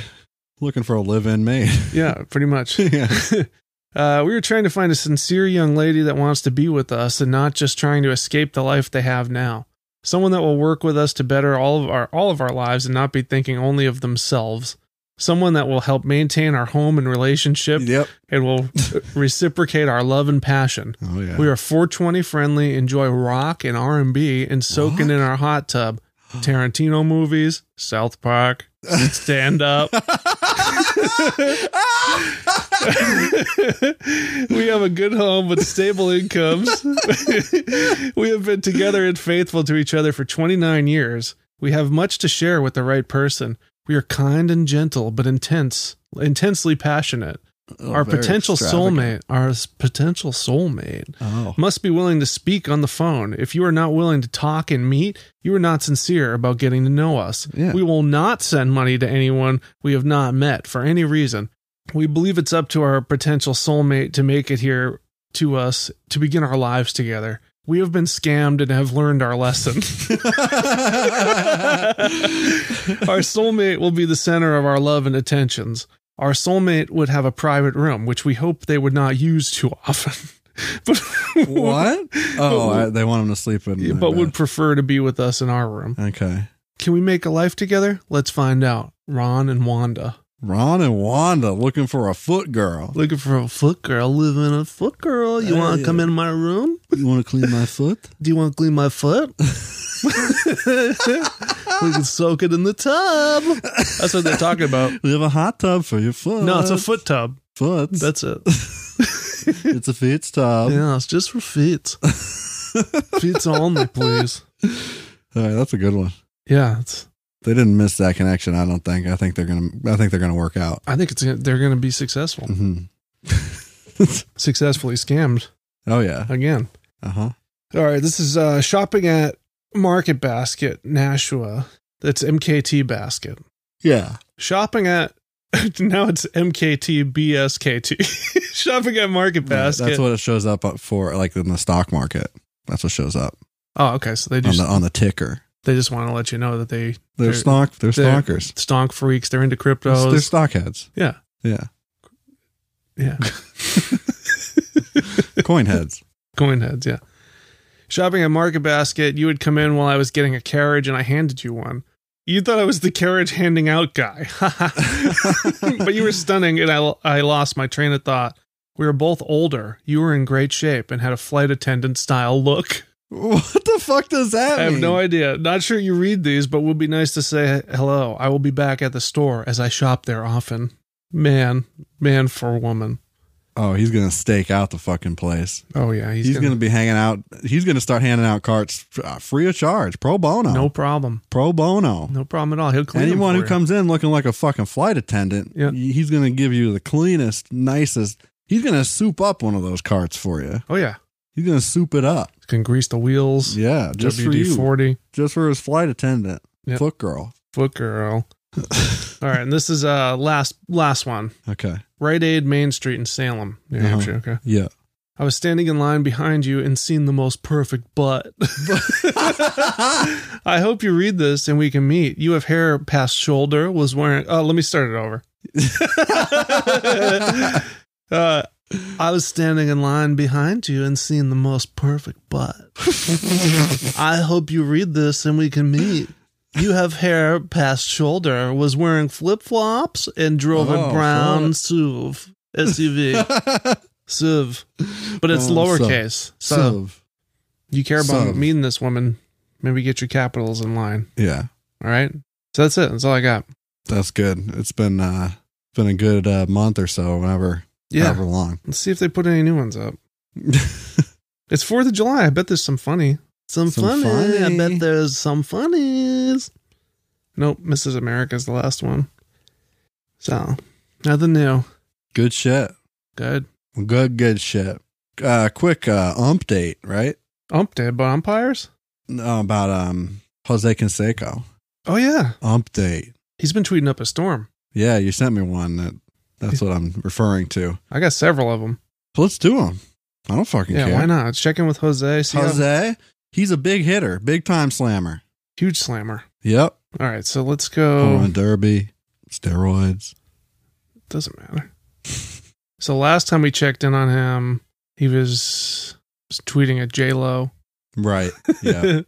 looking for a live-in maid.
yeah, pretty much.
yeah.
Uh, we were trying to find a sincere young lady that wants to be with us and not just trying to escape the life they have now. Someone that will work with us to better all of our all of our lives and not be thinking only of themselves. Someone that will help maintain our home and relationship
Yep.
and will reciprocate our love and passion.
Oh yeah.
We are 420 friendly, enjoy rock and R&B, and soaking
What?
in our hot tub. Tarantino movies, South Park, stand up. we have a good home with stable incomes. we have been together and faithful to each other for 29 years. We have much to share with the right person. We are kind and gentle, but intense, intensely passionate.
Oh,
our
very
potential
extravagant.
soulmate, our s- potential soulmate
Oh.
must be willing to speak on the phone. If you are not willing to talk and meet, you are not sincere about getting to know us.
Yeah.
We will not send money to anyone we have not met for any reason. We believe it's up to our potential soulmate to make it here to us to begin our lives together. We have been scammed and have learned our lesson. our soulmate will be the center of our love and attentions. Our soulmate would have a private room, which we hope they would not use too often. but
what? Oh, I, they want him to sleep in.
Yeah,
my
but would
bed.
prefer to be with us in our room.
okay.
Can we make a life together? Let's find out. Ron and Wanda.
Ron and Wanda looking for a foot girl.
Looking for a foot girl, living a foot girl. You want
Hey.
to come in my room?
You want to clean my foot?
Do you want to clean my foot? we can soak it in the tub. That's what they're talking about.
We have a hot tub for your foot.
No, it's a foot tub.
foot.
That's it.
it's a feet tub.
Yeah, it's just for feet. Feet only, please.
All right, that's a good one.
Yeah, it's,
They didn't miss that connection. I don't think. I think they're gonna. I think they're gonna work out.
I think it's they're going to be successful.
hmm
Successfully scammed
Mm-hmm. oh yeah.
again.
Uh huh.
All right, this is uh, shopping at Market Basket, Nashua. That's MKT Basket.
Yeah.
Shopping at now it's MKT BSKT. shopping at Market Basket.
That's what it shows up for, like in the stock market. That's what shows up
oh, okay. So they
on
just
the on the ticker.
they just want to let you know that they
They're,
They're-
stock. They're,
they're-
stalkers.
stonk freaks. They're into
They're,
cryptos.
stockheads.
yeah,
Yeah.
yeah.
Coin heads.
Coin heads. Yeah. Shopping at Market Basket. You would come in while I was getting a carriage, and I handed you one. You thought I was the carriage handing out guy. but you were stunning, and I, I lost my train of thought. We were both older. You were in great shape and had a flight attendant style look.
What the fuck does that
I have
mean?
no idea. Not sure you read these, but would be nice to say hello. I will be back at the store as I shop there often. Man, man for woman.
Oh, he's gonna stake out the fucking place.
Oh yeah,
He's, gonna, be hanging out. He's gonna start handing out carts uh, free of charge, pro bono.
no problem,
pro bono.
no problem at all. He'll clean them
Anyone
for
who
you.
comes in looking like a fucking flight attendant,
Yeah.
he's gonna give you the cleanest, nicest. He's gonna soup up one of those carts for you.
Oh yeah,
He's gonna soup it up.
can grease the wheels.
Yeah, just for
WD
you,
forty
just for his flight attendant,
Yep.
foot girl.
foot girl. all right, and this is uh last last one.
Okay.
Rite Aid Main Street in Salem, New
Uh-huh.
Hampshire. Okay.
Yeah.
I was standing in line behind you and seen the most perfect butt. I hope you read this and we can meet. You have hair past shoulder, was wearing. Oh, let me start it over. uh, I was standing in line behind you and seen the most perfect butt. I hope you read this and we can meet. You have hair past shoulder, was wearing flip flops and drove
Oh,
a
fuck.
brown SUV. SUV. Siv. But it's
Um,
lowercase. So,
so
you care about
Siv.
meeting this woman. Maybe get your capitals in line.
yeah,
All right. So that's it. That's all I got.
that's good. It's been uh been a good uh, month or so, however
Yeah.
however long.
Let's see if they put any new ones up. It's 4th of July. I bet there's some funny. Some,
Some
funny. I
funny.
bet there's some funnies. Nope. Mrs. America's the last one. So nothing new.
good shit.
Good.
Good good shit. Uh quick uh update, right?
Umpted by Oh, umpires?
No, about um Jose Canseco.
Oh, yeah.
Update.
He's been tweeting up a storm.
Yeah, you sent me one that that's what I'm referring to.
I got several of them.
So let's do them. I don't fucking
Yeah,
care.
why not? Let's check in with Jose. See Jose.
Jose, he's a big hitter, big time slammer.
Huge slammer.
Yep.
All right, so let's go.
Home run derby, steroids.
Doesn't matter. So last time we checked in on him, he was, was tweeting at J Lo.
Right. Yeah.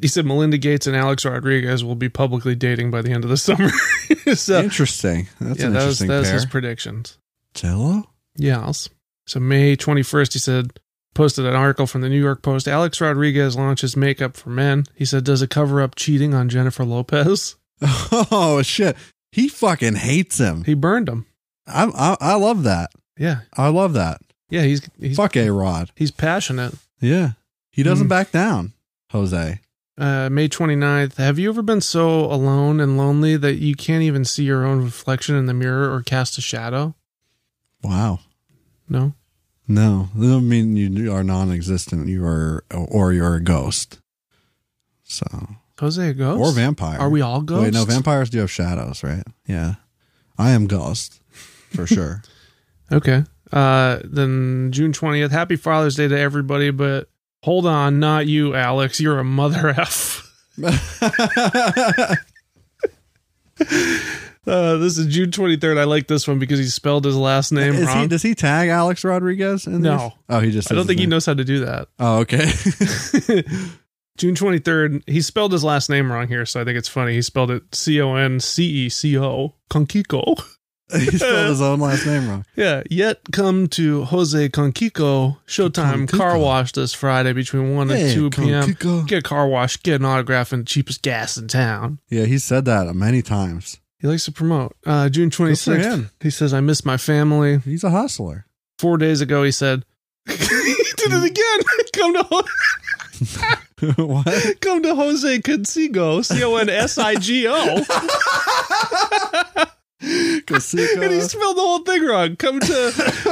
he said Melinda Gates and Alex Rodriguez will be publicly dating by the end of the summer. so
interesting. That's
uh, yeah,
an
that was,
interesting
that was
pair.
his predictions.
Jello?
Yes. So May 21st, he said, posted an article from the New York Post. Alex Rodriguez launches makeup for men. He said, does it cover up cheating on Jennifer Lopez?
Oh shit. He fucking hates him.
He burned him.
I I, I love that.
Yeah.
I love that.
Yeah, he's he's
Fuck A Rod.
he's passionate.
Yeah. He doesn't
Mm.
back down, Jose.
uh, May 29th. Have you ever been so alone and lonely that you can't even see your own reflection in the mirror or cast a shadow?
Wow.
No.
No. That don't mean you are non existent. You are or you're a ghost. So
Jose, a ghost?
or vampire.
Are we all ghosts?
Wait, no, vampires do have shadows, right? Yeah. I am ghost for sure.
Okay. Uh, then June 20th. Happy Father's Day to everybody, but hold on, not you, Alex. You're a mother F. Uh, this is June 23rd. I like this one because he spelled his last name
Is
wrong.
he, does he tag Alex Rodriguez? In
No.
these? Oh, he just.
I don't
says
think
his
he
name.
knows how to do that.
Oh, okay.
June 23rd, he spelled his last name wrong here, so I think it's funny. He spelled it C O N C E C O, Conquico.
he spelled his own last name wrong.
Yeah, yet come to Jose Conquico Showtime
Conquico.
Car Wash this Friday between 1 and
Hey,
2 p.m.
Conquico.
Get a car wash, get an autograph, and cheapest gas in town.
Yeah, he said that many times.
He likes to promote. Uh, June
for
26th,
him.
he says, I miss my family.
He's a hustler.
Four days ago, he said, he did it again. come to
what?
come to Jose Consigo, C O N S I G O. And he
Casico.
spelled the whole thing wrong. Come to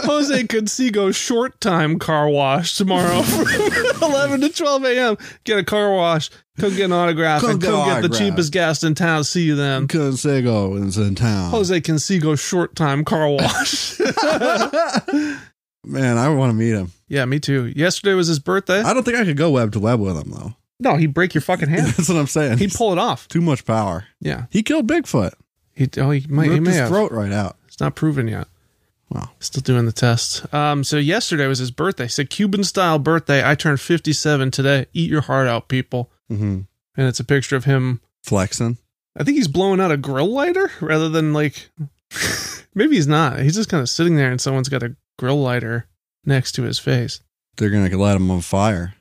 Jose Consigo short time car wash tomorrow from 11 to 12 a.m. Get a car wash. Come get an autograph.
Come
and
get
come
an
get the
autograph.
cheapest gas in town. See you then.
Casico is in town.
Jose Consigo short time car wash.
Man, I want to meet him.
yeah, me too. Yesterday was his birthday.
I don't think I could go web to web with him though.
No, he'd break your fucking hand.
That's what I'm saying.
He'd pull it off.
too much power.
Yeah.
He killed Bigfoot.
He, oh, he might, he
Ripped
may
his
have.
throat right out.
It's not proven yet.
Wow.
Still doing the test. Um, so yesterday was his birthday. He said Cuban style birthday. I turned 57 today. Eat your heart out, people.
Mm-hmm.
And it's a picture of him.
Flexing.
I think he's blowing out a grill lighter rather than like. maybe he's not. He's just kind of sitting there, and someone's got a grill lighter next to his face.
They're gonna light him on fire.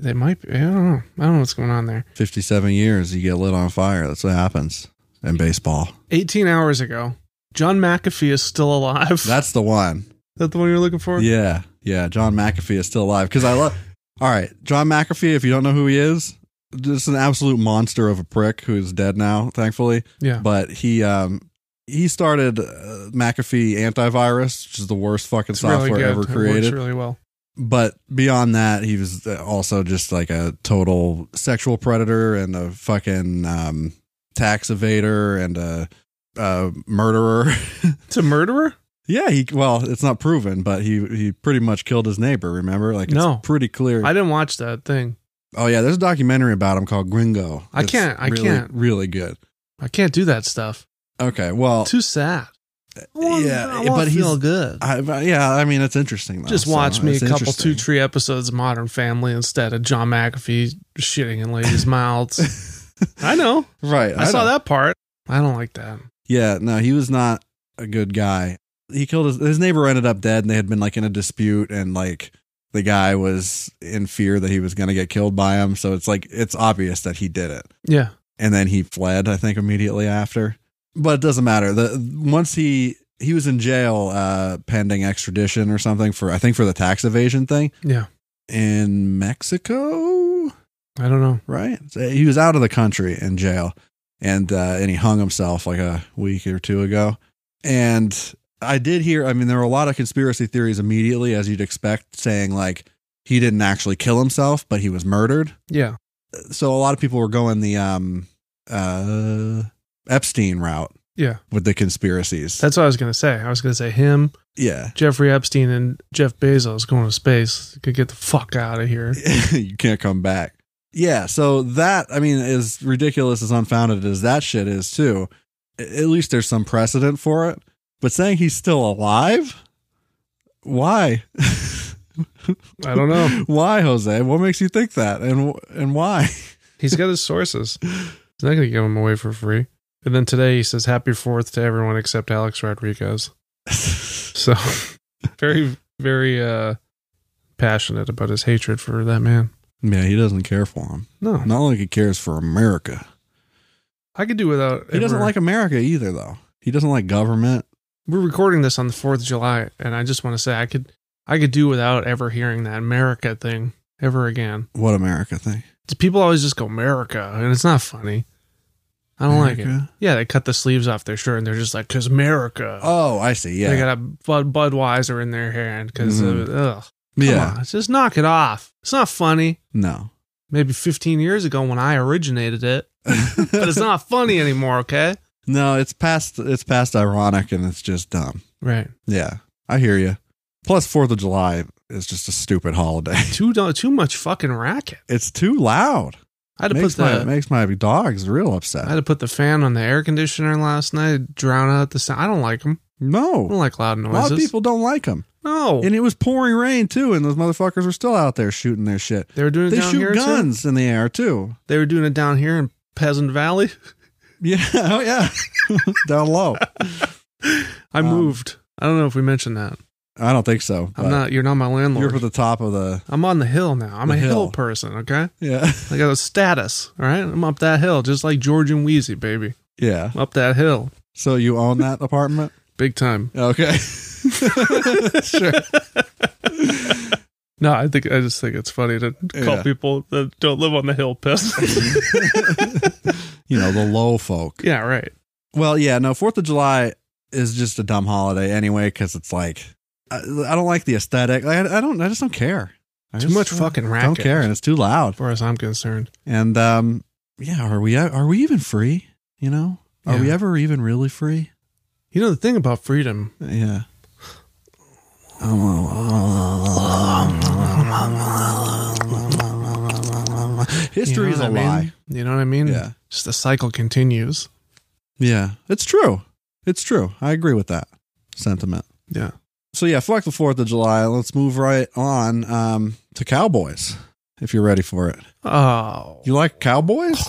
They might. Be, I don't know. I don't know what's going on there.
57 years, you get lit on fire. That's what happens in baseball.
18 hours ago, John McAfee is still alive.
That's the one.
that the one you're looking for?
Yeah, yeah. John McAfee is still alive because I love. All right, John McAfee. If you don't know who he is, just an absolute monster of a prick who is dead now, thankfully.
Yeah.
But he um he started uh, McAfee antivirus, which is the worst fucking
It's
software
really good.
ever
It works
created.
really well.
But beyond that, he was also just like a total sexual predator and a fucking um, tax evader and a, a murderer.
It's a murderer?
Yeah, he well, it's not proven, but he he pretty much killed his neighbor. Remember, like it's
No.
pretty clear.
I didn't watch that thing.
oh yeah, there's a documentary about him called Gringo.
I
It's
can't- I
really,
can't.
Really good.
I can't do that stuff.
Okay, well,
Too sad. I
Oh. yeah,
I wanna
but he's-
feel good.
I, but yeah, I mean it's interesting. Though,
Just
so
watch me a
it's
couple two
interesting.
tree episodes of Modern Family instead of John McAfee shitting in ladies' mouths. I know.
right,
I, saw
don't-
that part. I don't like that.
Yeah, no, he was not a good guy. He killed his his neighbor ended up dead, and they had been like in a dispute, and like the guy was in fear that he was going to get killed by him. So it's like it's obvious that he did it.
Yeah.
and then he fled i think immediately after but it doesn't matter the once he he was in jail uh pending extradition or something for i think for the tax evasion thing
Yeah.
in mexico
I don't know.
right So he was out of the country in jail and uh and he hung himself like a week or two ago and i did hear i mean there were a lot of conspiracy theories immediately as you'd expect saying like he didn't actually kill himself but he was murdered
Yeah.
so a lot of people were going the um uh Epstein route
Yeah.
with the conspiracies.
That's what I was going to say. I was going to say him,
yeah.
Jeffrey Epstein, and Jeff Bezos going to space. Could get the fuck out of here.
you can't come back. Yeah, so that I mean as ridiculous as unfounded as that shit is too, a- at least there's some precedent for it. But saying he's still alive? Why?
I don't know.
why, Jose? What makes you think that? And wh- and why?
He's got his sources. He's not going to give him away for free. And then today he says happy fourth to everyone except Alex Rodriguez. So very, very uh passionate about his hatred for that man.
yeah, he doesn't care for him.
No.
Not like he cares for America.
I could do without
He doesn't
ever-
like America either, though. He doesn't like government.
we're recording this on the fourth of July, and I just want to say I could I could do without ever hearing that America thing ever again.
What America thing?
people always just go America, and it's not funny. I don't like it.
America?
Yeah, they cut the sleeves off their shirt, and they're just like, "Cause America."
Oh, I see. Yeah,
They got a Bud Budweiser in their hand because
Mhm.
ugh. Come
yeah.
on, just knock it off. It's not funny.
No,
Maybe 15 years ago when I originated it, but
but
it's not funny anymore. Okay,
No, it's past. It's past ironic, and it's just dumb.
right?
Yeah, I hear you. Plus, Fourth of July is just a stupid holiday.
Too do- too much fucking racket.
It's too loud.
I had to put
makes
the
my makes my dogs real
I
upset.
had to put the fan on the air conditioner last night. Drown out the sound. I don't like them. I don't
no,
like loud
a
noises.
lot of people don't like them,
No,
and it was pouring rain too, and those motherfuckers were still out there shooting their shit.
they were doing it
They
down here
shoot
too?
guns in the air too.
They were doing it down here in Peasant Valley.
Yeah, oh yeah, down low.
I
Um,
moved. I don't know if we mentioned that.
I don't think so.
I'm
but
not. You're not my
You're
landlord.
at the top of the
I'm on the hill now. I'm
The
a hill.
hill.
person. Okay.
yeah
I got a status. All right. I'm up that hill, just like George and Wheezy, baby.
yeah.
I'm up that hill,
So you own that apartment?
big time.
Okay. sure.
No, I think I just think it's funny to call
Yeah.
people that don't live on the hill peasants.
Mm-hmm. You know, the low folk.
yeah. Right.
Well, yeah, no, 4th of July is just a dumb holiday anyway because it's like, I, I don't like the aesthetic. Like, I, I don't, I just don't care. I
Too
just
much
don't-
fucking racket.
Don't care. And it's too loud.
As far as I'm concerned.
And, um, yeah, are we, are we even free? You know, are we
Yeah.
ever even really free?
You know the thing about freedom.
Yeah. History
you know
is a
what I mean?
lie.
You know what I mean?
Yeah.
Just the cycle continues.
Yeah, it's true. It's true. I agree with that sentiment.
Yeah.
So yeah, fuck the Fourth of July. Let's move right on um, to Cowboys. If you're ready for it,
Oh.
you like Cowboys?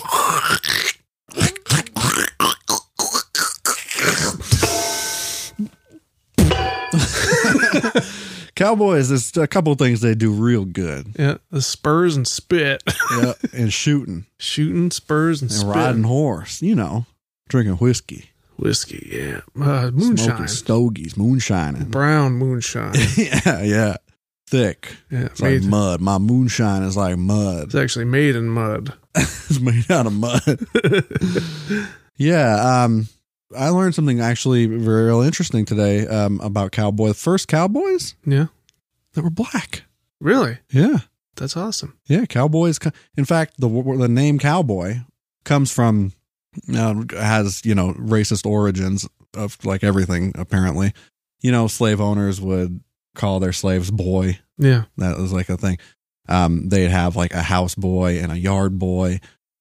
Cowboys. There's a couple things they do real good.
Yeah, the Spurs and spit,
Yeah, and shooting
shooting Spurs and,
and
spit.
riding horse. You know, drinking whiskey.
Whiskey, yeah. Uh,
Smoking
moonshine.
stogies, moonshining.
Brown moonshine.
yeah, yeah. Thick.
Yeah,
It's like
made,
mud. My moonshine is like mud.
it's actually made in mud.
it's made out of mud. Yeah. Um, I learned something actually very real interesting today um, about cowboy. The first cowboys
yeah.
that were black.
Really?
Yeah.
That's awesome.
Yeah, cowboys. co- In fact, the w- the name cowboy comes from uh, has you know racist origins of like everything apparently. You know, slave owners would call their slaves boy.
Yeah.
That was like a thing. Um, they'd have like a house boy and a yard boy,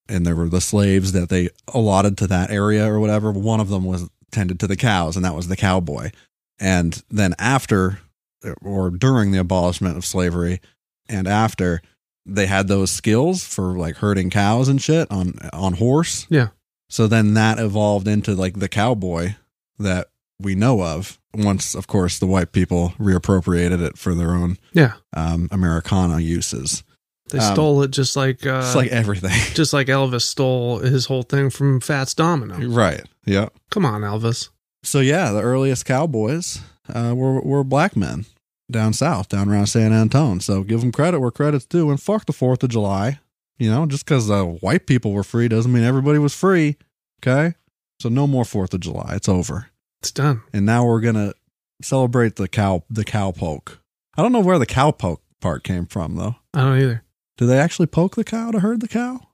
and there were the slaves that they allotted to that area or whatever. One of them was tended to the cows, and that was the cowboy. And then after or during the abolishment of slavery, and after they had those skills for like herding cows and shit on on horse.
Yeah.
So then that evolved into like the cowboy that we know of. Once, of course, the white people reappropriated it for their own
Yeah.
um, Americana uses.
They
Um,
stole it just like uh
it's like everything.
just like Elvis stole his whole thing from Fats Domino.
right. Yeah.
Come on, Elvis.
So yeah, the earliest cowboys uh, were were black men down south, down around San Antone. So give them credit where credit's due, and fuck the Fourth of July. You know, just because uh, white people were free doesn't mean everybody was free. Okay. So no more Fourth of July. It's over.
It's done.
And now we're gonna celebrate the cow the cowpoke. I don't know where the cowpoke part came from though.
I don't either.
Do they actually poke the cow to herd the cow?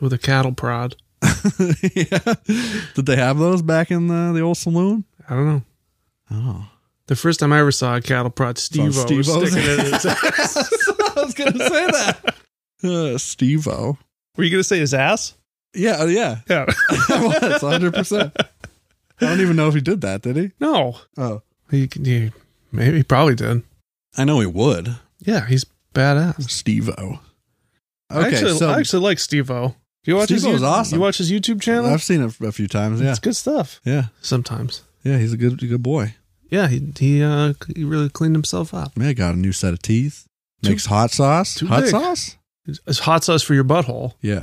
With a cattle prod.
yeah. Did they have those back in uh, the, the old saloon?
I don't know.
Oh.
The first time I ever saw a cattle prod, Steve
Steve-O's.
Steve sticking it in his ass.
I was going to say that. Uh, Steve-O.
Were you gonna say his ass?
Yeah, uh, yeah.
Yeah.
I was 100%. I don't even know if he did that, did he?
No.
Oh.
He, he maybe he probably did.
I know he would.
Yeah, he's badass.
Steve-O.
I
Okay,
actually,
so
I actually like Steve O. You watch his
Steve-O's
You-
awesome.
You watch his YouTube channel?
I've seen it a few times, yeah.
It's good stuff.
Yeah.
Sometimes.
Yeah, he's a good good boy.
Yeah, he he uh he really cleaned himself up.
Man, got a new set of teeth.
Too-
Makes hot sauce.
too
Hot
big.
sauce?
It's it's hot sauce for your butthole.
Yeah.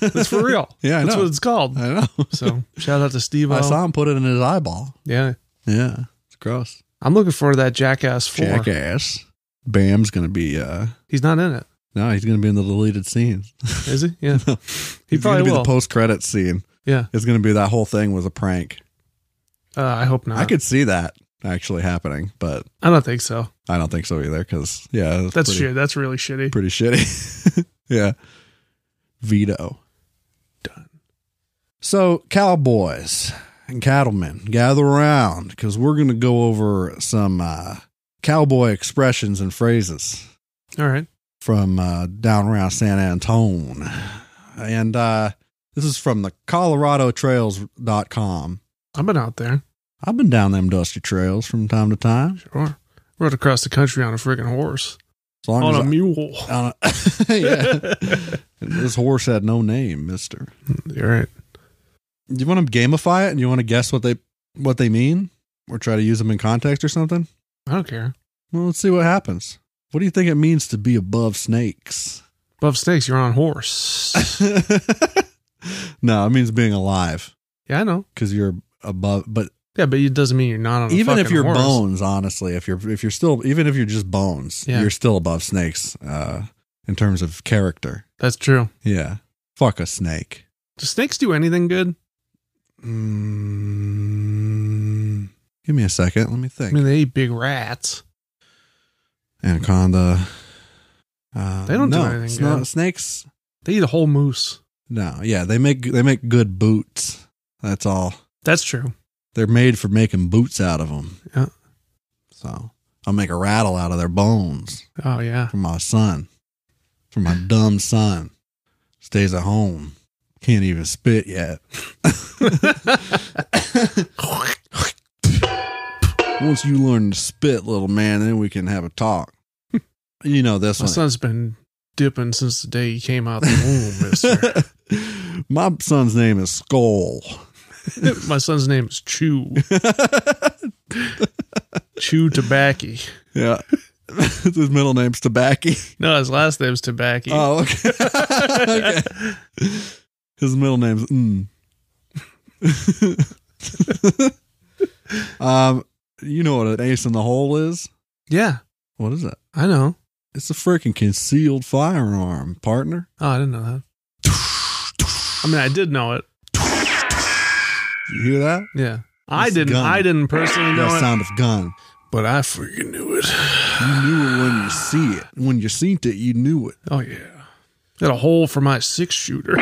That's for real.
Yeah, I
That's
know.
what it's called.
I know.
So shout out to Steve
I
O.
saw him put it in his eyeball.
Yeah.
Yeah, it's gross.
I'm looking forward to that Jackass 4.
Jackass. Bam's gonna be. uh
He's not in it,
No, he's gonna be in the deleted scenes.
is he? Yeah.
No.
He
He's gonna
probably
be
will.
the post credit scene.
yeah.
It's gonna be that whole thing was a prank.
Uh, I hope not.
I could see that actually happening, but
I don't think so.
I don't think so either. Because yeah,
That's
pretty,
shit. That's really shitty.
Pretty shitty. yeah. Veto.
Done.
So, cowboys and cattlemen, gather around because we're going to go over some uh, cowboy expressions and phrases
All right.
from uh, down around San Antone. And uh, this is from the coloradotrails.com.
I've been out there.
I've been down them dusty trails from time to time.
Sure. Rode across the country on a freaking horse.
As long
On
as
a
I-
mule.
on a- yeah. This horse had no name, mister.
You're right.
Do you want to gamify it and you want to guess what they what they mean or try to use them in context or something?
I don't care.
Well, let's see what happens. What do you think it means to be above snakes?
Above snakes, you're on horse.
no, it means being alive
yeah, I know.
because you're above. But
Yeah, but it doesn't mean you're not on. A
even if
fucking
you're
horse.
bones, honestly, if you're if you're still even if you're just bones,
Yeah.
you're still above snakes uh, in terms of character.
that's true.
Yeah, fuck a snake.
Do snakes do anything good?
Mm, give me a second. Let me
I
think.
mean, they eat big rats.
anaconda. Uh,
They don't do
no,
anything
sna-
good.
Snakes.
They eat a whole moose.
No, yeah, they make they make good boots. That's all.
That's true.
They're made for making boots out of them.
Yeah.
So I'll make a rattle out of their bones
Oh yeah.
for my son, for my dumb son. Stays at home, can't even spit yet. Once you learn to spit, little man, then we can have a talk. You know this
My
one.
son's been dipping since the day he came out the womb, mister.
My son's name is Skull.
My son's name is Chew. Chew Tobacco.
Yeah. His middle name's Tabaki.
No, his last name's Tobacco.
Oh, okay. okay. His middle name's mm. um, you know what an ace in the hole is?
Yeah,
What is it?
I know.
It's a freaking concealed firearm, partner.
Oh, I didn't know that. I mean, I did know it.
You hear that?
Yeah, I
It's a
didn't.
gun.
I didn't personally know
That
it,
sound of gun.
but I freaking knew it.
You knew it when you see it. When you seen it, you knew it.
Oh yeah, got a hole for my six shooter.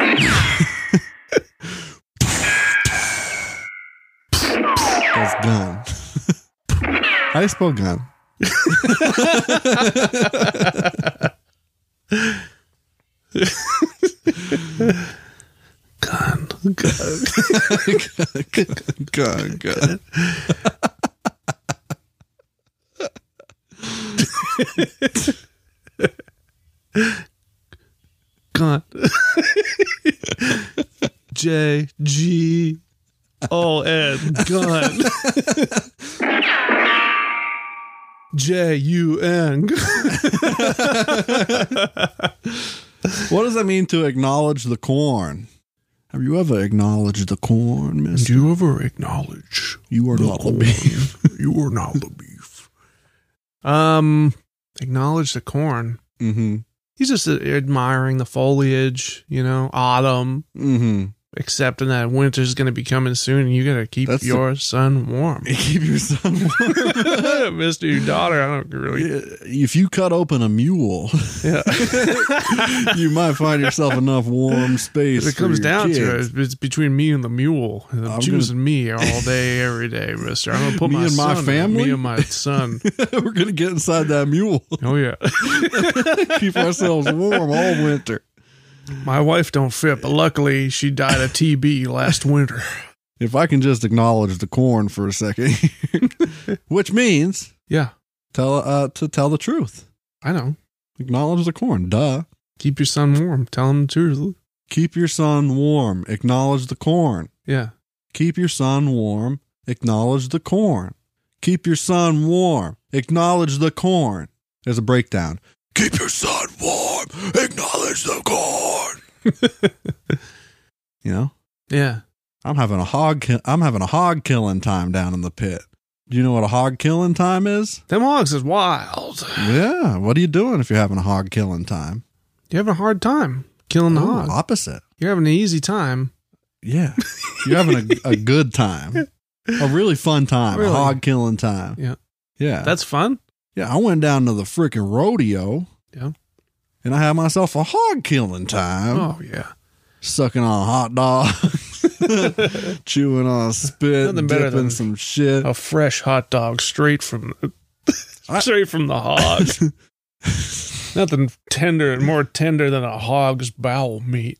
That's gun. How do you spell gun?
Gun.
gun, gun.
Gun. J G O N. Gun. J U N.
What does that mean to acknowledge the corn? Have you ever acknowledged the corn, miss?
Do you ever acknowledge
You are not the beef.
you are not the beef? Um, acknowledge the corn.
Mm-hmm.
He's just uh, admiring the foliage, you know, autumn,
Mm-hmm.
accepting that winter's going to be coming soon and you got to keep
That's the-
your son warm.
Keep your son warm.
Mister, your daughter, I don't really.
if you cut open a mule,
Yeah.
you might find yourself enough warm space.
If it
for
comes
your
down to
kids.
it, it's between me and the mule. I'm,
gonna-
choosing me all day, every day, mister. I'm going to put
Me
my
and my
son-
family?
Me and my son.
we're gonna get inside that mule.
Oh, yeah.
Keep ourselves warm all winter.
My wife don't fit, but luckily she died of TB last winter.
If I can just acknowledge the corn for a second, which means
Yeah,
tell uh, to tell the truth.
I know.
Acknowledge the corn. Duh.
Keep your son warm. Tell him the truth.
Keep your son warm. Acknowledge the corn.
Yeah.
Keep your son warm. Acknowledge the corn. Keep your son warm. Acknowledge the corn. There's a breakdown. Keep your son warm. Acknowledge the corn. you know,
Yeah.
I'm having a hog. Ki- I'm having a hog killing time down in the pit. Do you know what a hog killing time is?
Them hogs is wild.
Yeah. What are you doing if you're having a hog killing time?
You're having a hard time killing the
Ooh,
hog.
opposite.
You're having an easy time.
Yeah. You're having a, a good time. A really fun time.
Really?
A hog killing time.
Yeah.
Yeah.
That's fun.
yeah, I went down to the freaking rodeo.
Yeah.
And I had myself a hog killing time.
Oh, yeah.
Sucking on hot dogs, chewing on spit,
Nothing better
dipping
than-
some shit.
A fresh hot dog straight from the
I-
straight from the hog. Nothing tender and more tender than a hog's bowel meat.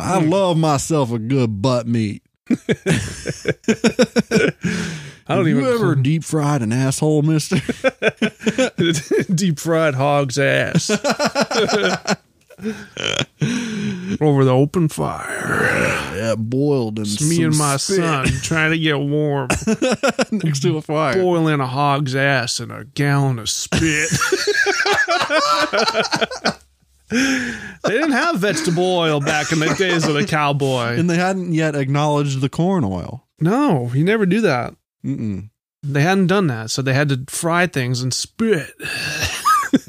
I love myself a good butt meat.
I don't
Have
even
you ever deep fried an asshole, mister?
deep fried hog's ass over the open fire.
yeah, boiled and
It's me and my son trying to get warm,
next to a fire.
boiling a hog's ass in a gallon of spit. they didn't have vegetable oil back in the days of the cowboy.
And they hadn't yet acknowledged the corn oil.
No, you never do that.
Mm-mm.
They hadn't done that, so they had to fry things in spit.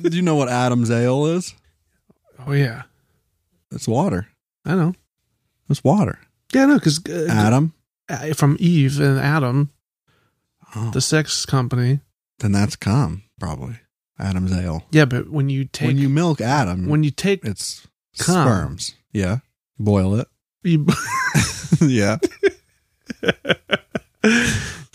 Do you know what Adam's ale is?
Oh yeah,
It's water.
I know.
It's water.
Yeah, no, because uh,
Adam.
uh, from Eve and Adam,
Oh,
the sex company.
then that's cum, probably. Adam's ale.
Yeah, but when you take
when you milk Adam,
when you take
it's
Cum.
sperms. Yeah. Boil it.
you,
yeah.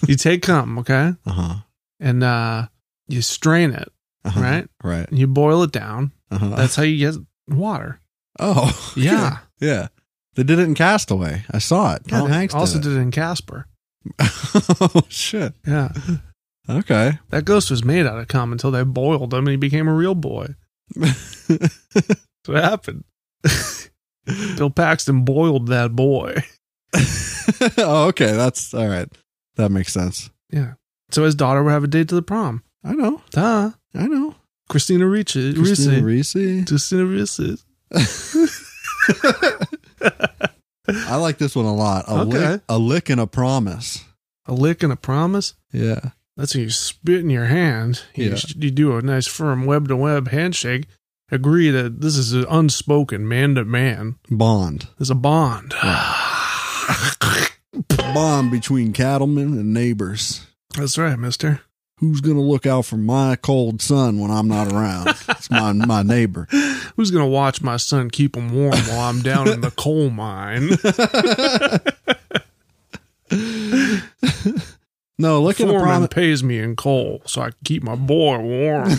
you take cum, okay,
Uh huh.
and uh, you strain it,
Uh-huh.
Right?
Right.
and you boil it down.
Uh-huh.
That's how you get water.
oh
Yeah,
yeah. They did it in Castaway. I saw it.
Yeah,
Tom
they
Hanks
also
did. It.
did it. in Casper.
oh shit.
Yeah,
Okay.
that ghost was made out of cum until they boiled him and he became a real boy. That's what happened. Bill Paxton boiled that boy.
oh, okay. That's all right. That makes sense.
Yeah. So his daughter would have a date to the prom.
I know.
Duh.
I know.
Christina Ricci.
Christina
Ricci.
Ricci.
Christina Ricci.
I like this one a lot. A, lick,
Okay.
a lick and a promise.
A lick and a promise.
Yeah.
That's when you spit in your hand. You,
Yeah.
you do a nice firm web to web handshake. Agree that this is an unspoken man to man.
Bond.
There's a bond.
Bond between cattlemen and neighbors.
That's right, mister.
Who's going to look out for my cold son when I'm not around? It's my, my neighbor.
Who's going to watch my son keep him warm while I'm down in the coal mine?
No, lick and a
Foreman
promise.
pays me in coal so I can keep my boy warm.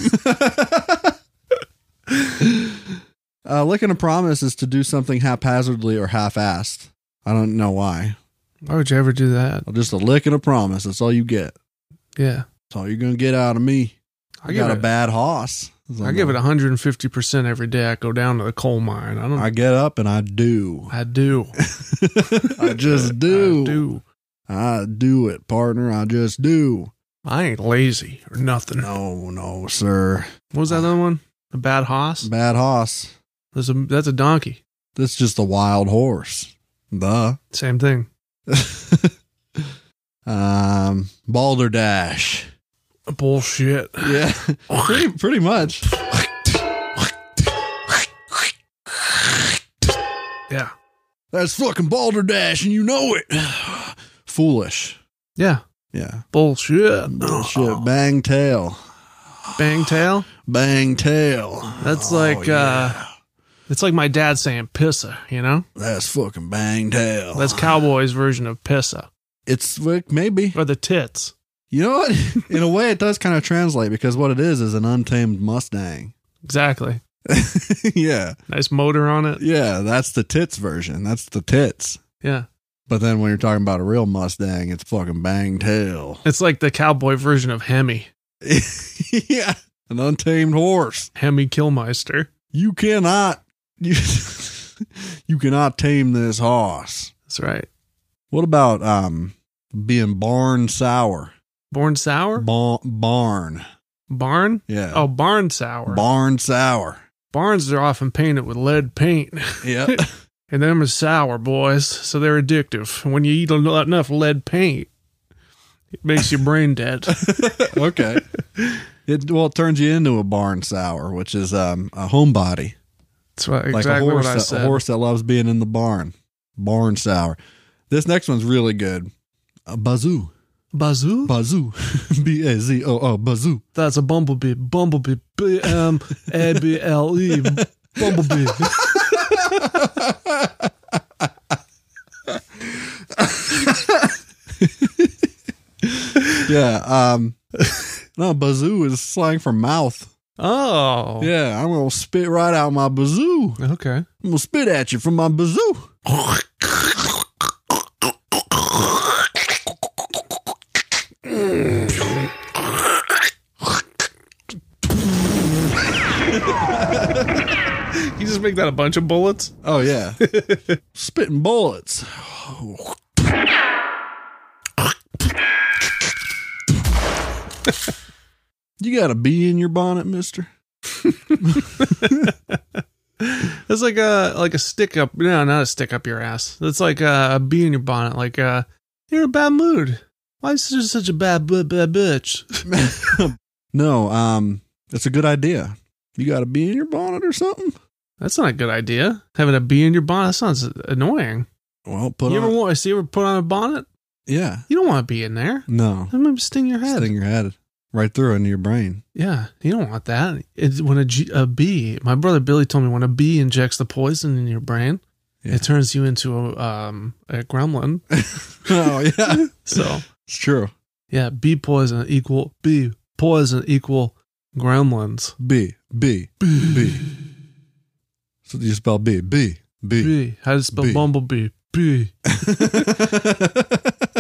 Uh, lick and a promise is to do something haphazardly or half-assed. I don't know why.
Why would you ever do that?
Just a lick and a promise. That's all you get.
Yeah.
That's all you're gonna get out of me.
I
I
give
got
it-
a bad hoss.
I give it 150% every day I go down to the coal mine. I don't
I get up and I do.
I do.
I just do.
I do.
I do it, partner. I just do.
I ain't lazy or nothing.
No, no, sir.
What was that
Uh,
other one? The bad hoss?
Bad hoss.
That's a, that's a donkey.
That's just a wild horse. The
Same thing.
um balderdash.
Bullshit.
Yeah, pretty pretty much.
Yeah.
That's fucking balderdash, and you know it. Foolish.
Yeah.
Yeah.
Bullshit. Oh,
Bullshit. Bang tail.
Bang tail.
Bang tail. Oh,
That's like
yeah.
uh it's like my dad saying pissa, you know?
that's fucking bang tail.
That's cowboy's version of pissa.
it's like, maybe
Or the tits.
you know what? In a way, it does kind of translate because what it is is an untamed Mustang.
Exactly.
yeah,
Nice motor on it.
yeah. That's the tits version. That's the tits.
Yeah.
But then when you're talking about a real Mustang, it's fucking bang tail.
It's like the cowboy version of Hemi.
yeah, an untamed horse.
Hemi Killmeister.
You cannot you, you cannot tame this horse.
That's right.
What about um being barn sour?
Born sour?
Ba- barn.
Barn?
Yeah.
Oh, barn sour.
barn sour.
Barns are often painted with lead paint,
Yep.
and them are sour, boys, so they're addictive. When you eat en- enough lead paint, it makes your brain dead.
okay. It well it turns you into a barn sour, which is um a homebody.
That's what,
Like
exactly
a horse
what I
that,
said.
a horse that loves being in the barn. Barn sour. This next one's really good. A bazoo.
Bazoo?
Bazoo. B A Z O O bazoo.
That's a bumblebee. Bumblebee. B M A B L E. Bumblebee.
Yeah. Um No, bazoo is slang for mouth.
Oh.
Yeah, I'm gonna spit right out my bazoo.
Okay.
I'm gonna spit at you from my bazoo.
You just make that a bunch of bullets?
Oh yeah, spitting bullets. you got a bee in your bonnet, Mister.
That's like a like a stick up. No, not a stick up your ass. That's like a, a bee in your bonnet. Like uh, you're in a bad mood. Why is you such a bad bad, bad bitch?
No, um, it's a good idea. You got a bee in your bonnet or something?
That's not a good idea. Having a bee in your bonnet that sounds annoying.
Well, put
you
on.
ever want? See, you ever put on a bonnet?
yeah.
You don't want to be in there.
No.
That might sting your head.
Sting your head right through into your brain.
Yeah, you don't want that. It's when a, G, a bee. My brother Billy told me when a bee injects the poison in your brain,
Yeah.
it turns you into a um a gremlin.
oh yeah,
So.
it's true.
Yeah, bee poison equal bee poison equal gremlins.
B B B. So you spell B B B.
Bee. How to spell
Bee.
bumblebee? Bee.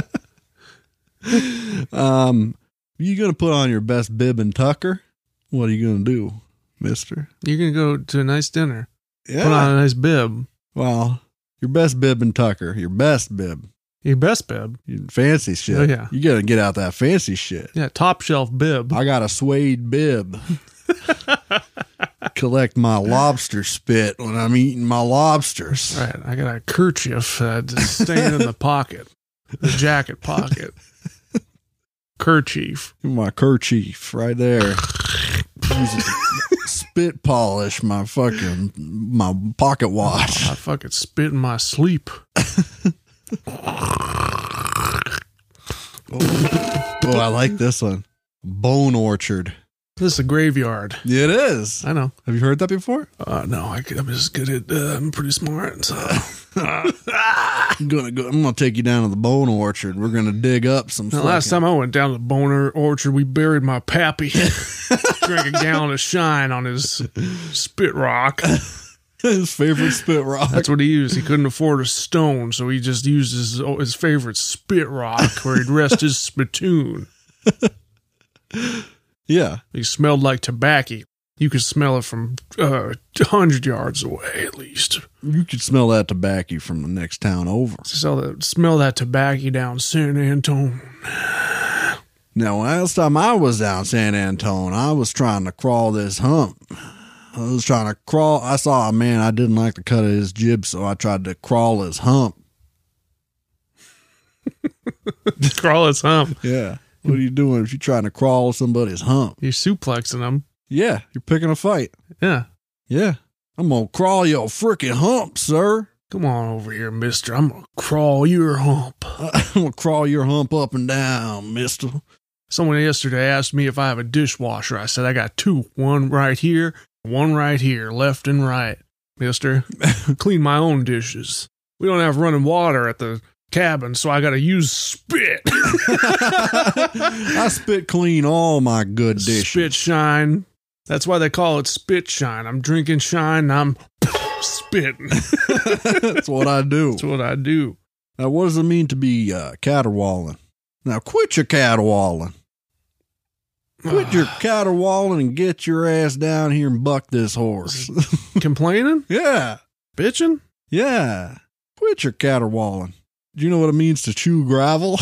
um, you gonna put on your best bib and tucker? What are you gonna do, Mister?
You're gonna go to a nice dinner.
Yeah.
Put on a nice bib.
well, your best bib and tucker, your best bib,
Your best bib.
your fancy shit.
Oh, yeah.
You gotta get out that fancy shit.
Yeah, top shelf bib.
I got a suede bib. collect my lobster spit when I'm eating my lobsters.
Right. I got a kerchief uh, just staying in the pocket, the jacket pocket. Kerchief.
My kerchief right there. Use it to spit polish my fucking my pocket watch.
I fucking spit in my sleep.
Oh, I like this one. Bone Orchard.
This is a graveyard.
It is.
I know.
Have you heard that before?
Uh, no, I, am just good at. Uh, I'm pretty smart. So.
I'm gonna go. I'm gonna take you down to the bone orchard. We're gonna dig up some.
The last
fucking-
time I went down to the Boner Orchard, we buried my pappy. Drank a gallon of shine on his spit rock.
his favorite spit rock.
That's what he used. He couldn't afford a stone, so he just used his his favorite spit rock where he'd rest his spittoon.
yeah,
He smelled like tobacco. You could smell it from uh, 100 yards away, at least.
you could smell that tobacco from the next town over.
So that, smell that tobacco down San Antone.
Now, last time I was down San Antone, I was trying to crawl this hump. I was trying to crawl. I saw a man. I didn't like the cut of his jib, so I tried to crawl his hump.
Crawl his hump.
Yeah. What are you doing if you're trying to crawl somebody's hump?
You're suplexing him.
Yeah, you're picking a fight.
Yeah.
Yeah. I'm gonna crawl your frickin' hump, sir.
Come on over here, mister. I'm going to crawl your hump.
I'm gonna crawl your hump up and down, mister.
Someone yesterday asked me if I have a dishwasher. I said, I got two one right here, one right here, left and right. Mister, clean my own dishes. We don't have running water at the cabin, so I got to use spit.
I spit clean all my good dishes.
Spit shine. That's why they call it spit shine. I'm drinking shine and I'm spitting.
That's what I do.
That's what I do.
Now, what does it mean to be uh, caterwauling? Now, quit your caterwauling.
Uh,
Quit your caterwauling and get your ass down here and buck this horse.
Mm-hmm. Complaining?
yeah,
Bitching?
yeah. Quit your caterwauling. Do you know what it means to chew gravel?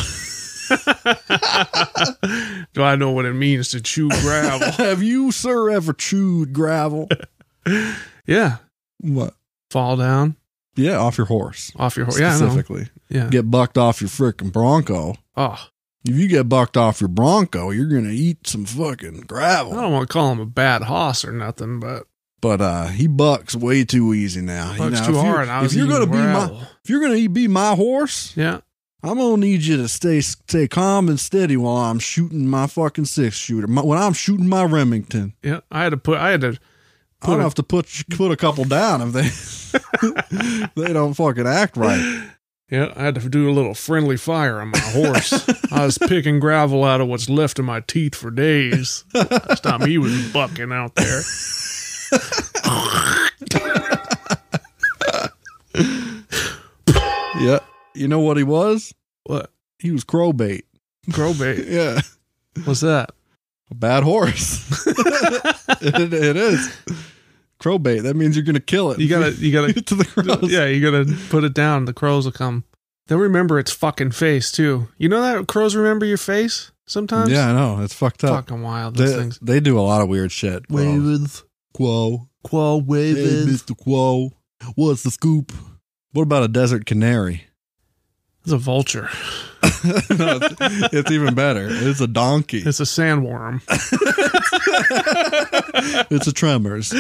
do I know what it means to chew gravel?
Have you, sir, ever chewed gravel?
yeah.
what?
Fall down
Yeah, off your horse.
off your horse. Oh, Yeah, I know.
Specifically,
Yeah.
get bucked off your frickin' Bronco.
Oh,
If you get bucked off your Bronco, you're gonna eat some fucking
I
gravel.
don't want to call him a bad hoss or nothing, but
But uh, he bucks way too easy now. You
bucks
know,
too
if you're-
hard. and I was
if you're
eating
gonna be my
gravel.
if you're gonna be my horse,
yeah.
I'm gonna need you to stay stay calm and steady while I'm shooting my fucking six shooter. My, when I'm shooting my Remington,
Yeah, I had to put. I had to.
I don't
Put a-
have to put put a couple down if they they don't fucking act right.
Yeah, I had to do a little friendly fire on my horse. I was picking gravel out of what's left of my teeth for days. Last time he was bucking out there.
Yeah, you know what he was?
What?
He was crow bait.
Crowbait.
Yeah,
What's that?
a bad horse. it, it is crow bait. That means you're gonna kill it.
You gotta, you gotta,
to the crows.
yeah, you gotta put it down. The crows will come. They'll remember its fucking face too. You know that crows remember your face sometimes.
yeah, I know it's fucked up.
fucking wild. Those
They,
things.
they do a lot of weird shit. Wavens. Quo.
Quo
Hey, Mr. Quo. What's the scoop? What about a desert canary?
It's a vulture.
no, it's, it's even better. It's a donkey.
It's a sandworm.
It's a tremors.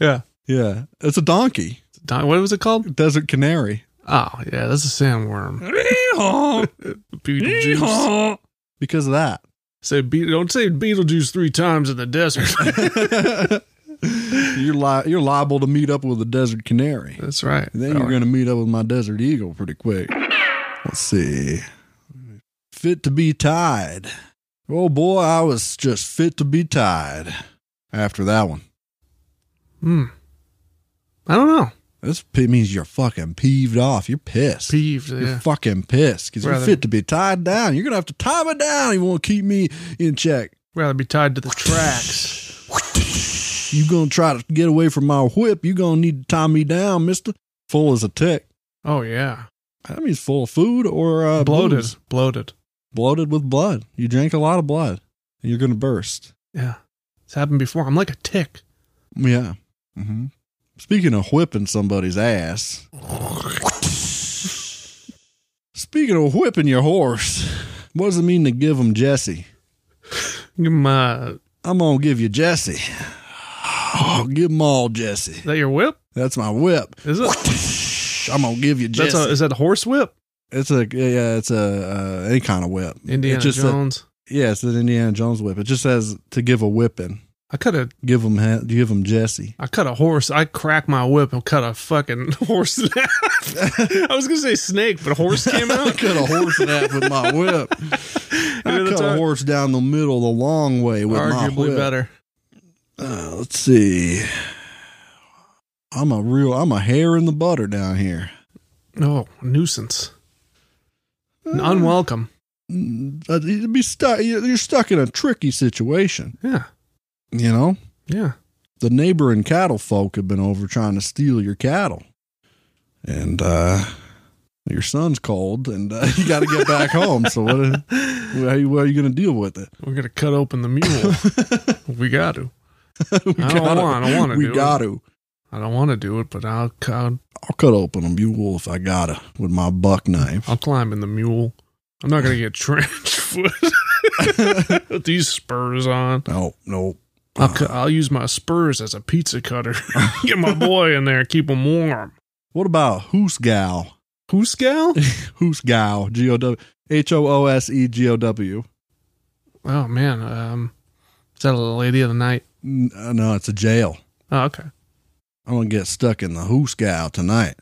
Yeah.
Yeah. It's a donkey.
Don- What was it called?
Desert canary.
Oh, yeah, that's a sandworm. Beetlejuice.
because of that.
Say Be- don't say Beetlejuice three times in the desert.
you're, li- you're liable to meet up with a desert canary.
that's right.
Then you're going to meet up with my desert eagle pretty quick. Let's see. Fit to be tied. Oh boy, I was just fit to be tied after that one.
Hmm. I don't know.
This p- means you're fucking peeved off. You're pissed.
Peeved.
You're
Yeah.
fucking pissed because you're
Rather-
fit to be tied down. You're going to have to tie me down. You want to keep me in check.
Rather be tied to the tracks.
You going to try to get away from my whip. You're going to need to tie me down, mister. Full as a tick.
Oh yeah.
That means full of food or uh,
bloated.
booze.
Bloated.
bloated with blood. You drink a lot of blood and you're going to burst.
Yeah. It's happened before. I'm like a tick.
Yeah.
Mm-hmm.
Speaking of whipping somebody's ass. Speaking of whipping your horse, what does it mean to give him Jesse?
Give 'em, uh, is
I'm gonna give you Jesse. Oh, give him all Jesse.
that your whip?
That's my whip.
Is it?
I'm gonna give you Jesse.
That's a, is that a horse whip?
it's a yeah, it's a uh, any kind of whip.
Indiana
It just said-
Jones.
yeah, it's an Indiana Jones whip. It just says to give a whipping.
I cut a
Give him ha- give him Jesse.
I cut a horse. I crack my whip and cut a fucking horse. in half. I was gonna say snake, but horse came
I
out.
cut a horse in half with my whip. I
And
cut
it's
a
ar-
horse down the middle the long way with my
arguably
whip.
better.
Uh, let's see. I'm a real I'm a hair in the butter down here.
No Oh, nuisance, unwelcome.
Uh, You'd be stuck. you- You're stuck in a tricky situation.
Yeah,
You know,
yeah.
the neighboring cattle folk have been over trying to steal your cattle, and uh, your son's cold, and uh, you got to get back home. So what? How you, how are you going to deal with it?
We're gonna cut open the mule. we got to.
we
I don't want- I don't wanna
We
do it.
got to.
I don't want to do it, but I'll, I'll
I'll cut open a mule if I gotta with my buck knife.
I'll climb in the mule. I'm not gonna get trench foot with these spurs on.
No, no. Uh-huh.
I'll, cu- I'll use my spurs as a pizza cutter. Get my boy in there, keep him warm.
What about Hoosgow?
Who's gal?
Hoosgow. G O W H O O S E G O W.
Oh man, um, is that a lady of the night?
N- uh, No, it's a jail.
Oh, okay.
I'm gonna get stuck in the Hoosgow tonight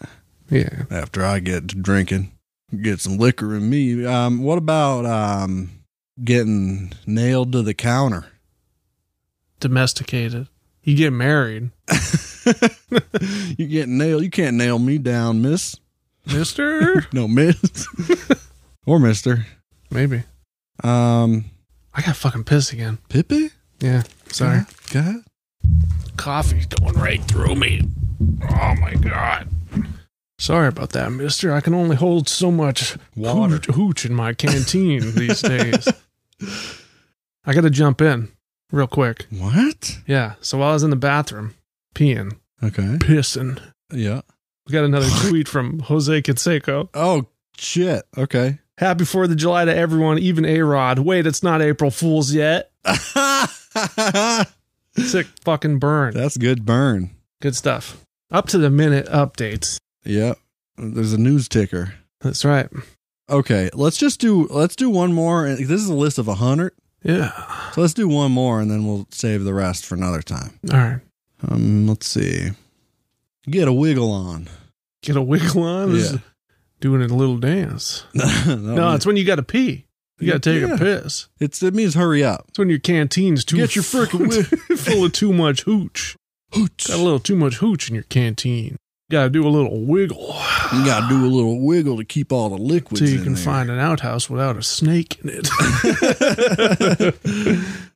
Yeah,
after I get to drinking. Get some liquor in me. Um, what about um getting nailed to the counter?
domesticated. You get married,
You get nailed. You can't nail me down, miss.
Mister?
No, miss. or mister.
Maybe.
Um,
I got fucking pissed again.
Pippi?
Yeah, sorry.
Go ahead.
Coffee's going right through me. Oh my god. Sorry about that, mister. I can only hold so much
Water.
Hooch, hooch in my canteen these days. I got to jump in real quick.
What?
Yeah. So while I was in the bathroom, peeing,
Okay.
pissing,
Yeah.
we got another tweet from Jose Canseco.
Oh shit. Okay.
Happy 4th of July to everyone, even A Rod. Wait, it's not April Fool's yet.
That's
Sick fucking burn.
good burn.
Good stuff. Up to the minute updates.
Yep. There's a news ticker.
That's right.
Okay, let's just do let's do one more. and This is a list of a hundred,
Yeah.
so let's do one more, and then we'll save the rest for another time.
All right.
Um, let's see. Get a wiggle on.
Get a wiggle on. This is
Yeah.
Doing a little dance.
no,
no, it's when you got to pee. You got to take
Yeah.
a piss.
it's it means hurry up.
It's when your canteen's too
Get your frickin'
full of too much hooch.
Hoots.
Got a little too much hooch in your canteen. Got to do a little wiggle
You gotta do a little wiggle to keep all the liquids.
till you
in
can
there.
find an outhouse without a snake in it.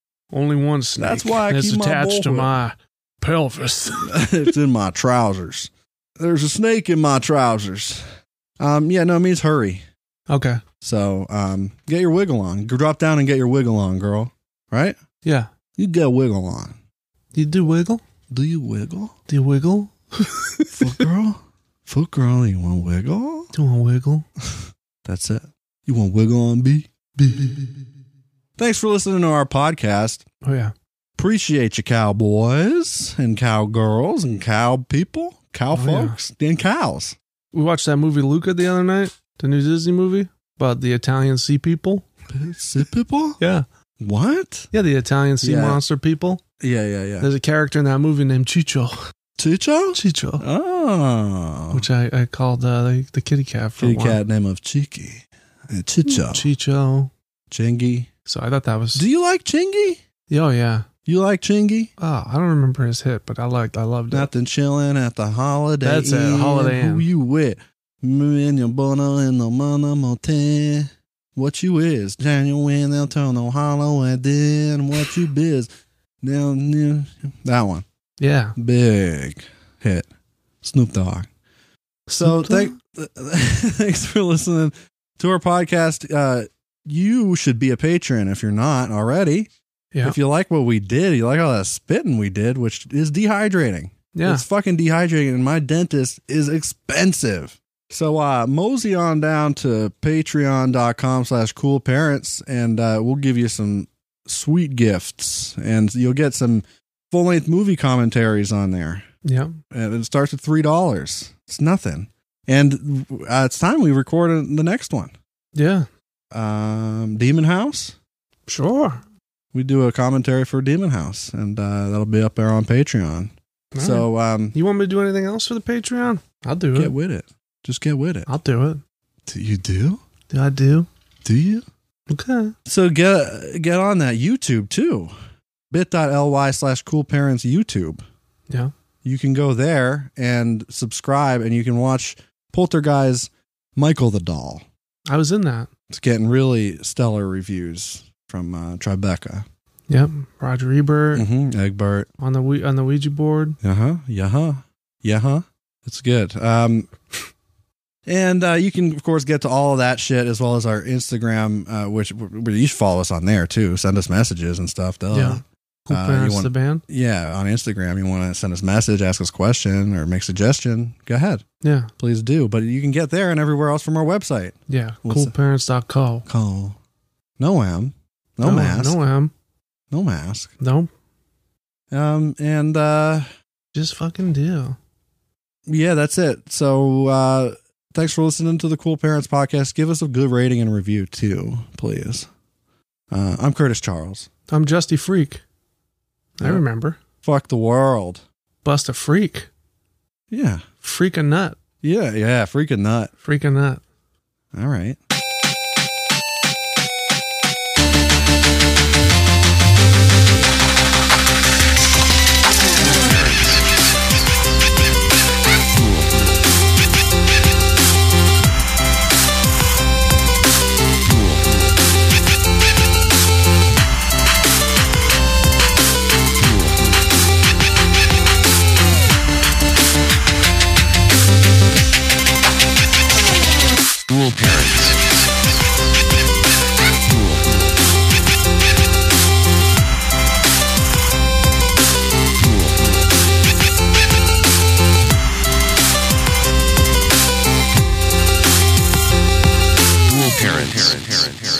Only one snake.
That's why I
and it's
keep my
attached to
bullwhip.
my pelvis.
it's in my trousers. There's a snake in my trousers. Um, yeah, no, it means hurry.
okay.
So, um, get your wiggle on. Drop down and get your wiggle on, girl. Right?
Yeah.
You get a wiggle on.
You do wiggle.
Do you wiggle?
Do you wiggle?
Foot girl? Foot girl, you want wiggle?
Do a wiggle.
That's it. You want wiggle on B? Thanks for listening to our podcast.
Oh yeah.
Appreciate you, cowboys and cowgirls and cow people, cow
Oh, yeah.
folks, and cows.
We watched that movie Luca the other night, the new Disney movie about the Italian sea people.
Sea people?
Yeah.
What?
Yeah, the Italian sea
Yeah.
monster people.
Yeah, yeah, yeah.
There's a character in that movie named Chicho.
Chicho?
Chicho.
Oh.
Which I, I called uh, the, the kitty cat for Hmm.
kitty
a while.
cat name of Chiki. And Chicho.
Chicho.
Chingy.
So I thought that was.
Do you like Chingy?
oh, yeah.
You like Chingy?
Oh, I don't remember his hit, but I liked I loved it.
Nothing chilling at the holiday.
That's it,
Inn.
Holiday
Who
Inn.
you with? Me and your bono and the mono mountain. What you is? Genuine Antonio Hollow and then what you biz? Now, now- that one.
Yeah.
Big hit. Snoop Dogg. So thank, thanks for listening to our podcast. Uh, you should be a patron if you're not already.
Yeah.
If you like what we did, you like all that spitting we did, which is dehydrating.
Yeah.
It's fucking dehydrating, and my dentist is expensive. So uh, mosey on down to patreon.com slash cool parents, and uh, we'll give you some sweet gifts, and you'll get some full length movie commentaries on there.
yeah.
And it starts at $3. It's nothing. And uh, it's time we record the next one.
Yeah.
Um, Demon House.
Sure.
We do a commentary for Demon House, and uh, that'll be up there on Patreon.
All right.
so um,
you want me to do anything else for the Patreon? I'll do
get
it.
with it. Just get with it.
I'll do it.
Do you do?
Do I do?
Do you?
Okay.
So get get on that YouTube too. Bit.ly slash cool parents YouTube.
Yeah.
You can go there and subscribe and you can watch Poltergeist Michael the Doll.
I was in that.
It's getting really stellar reviews from uh, Tribeca.
Yep. Roger Ebert
Mm-hmm. Egbert.
on the Ouija- on the Ouija board.
Uh huh. Yeah huh. Yeah huh. It's good. Um, and uh, you can of course get to all of that shit as well as our Instagram, uh, which w- you should follow us on there too. Send us messages and stuff. Duh.
Yeah. Cool
Uh, you
parents
want-
the band.
Yeah, on Instagram, you want to send us a message, ask us a question, or make suggestion. Go ahead,
Yeah.
please do. But you can get there and everywhere else from our website.
Yeah.
What's that?
Coolparents.co.
Call. No am. No, mask.
No um, am.
No mask.
Nope.
Um, and uh,
Just fucking do.
yeah, that's it. So uh thanks for listening to the Cool Parents Podcast. Give us a good rating and review too, please. Uh, I'm Curtis Charles.
I'm Justy Freak. I
Yeah.
remember.
Fuck the world.
Bust a freak.
Yeah.
Freak a nut.
Yeah, yeah, freaking nut.
Freak a nut.
All right.
Cool parents. Cool. Cool. Cool parents.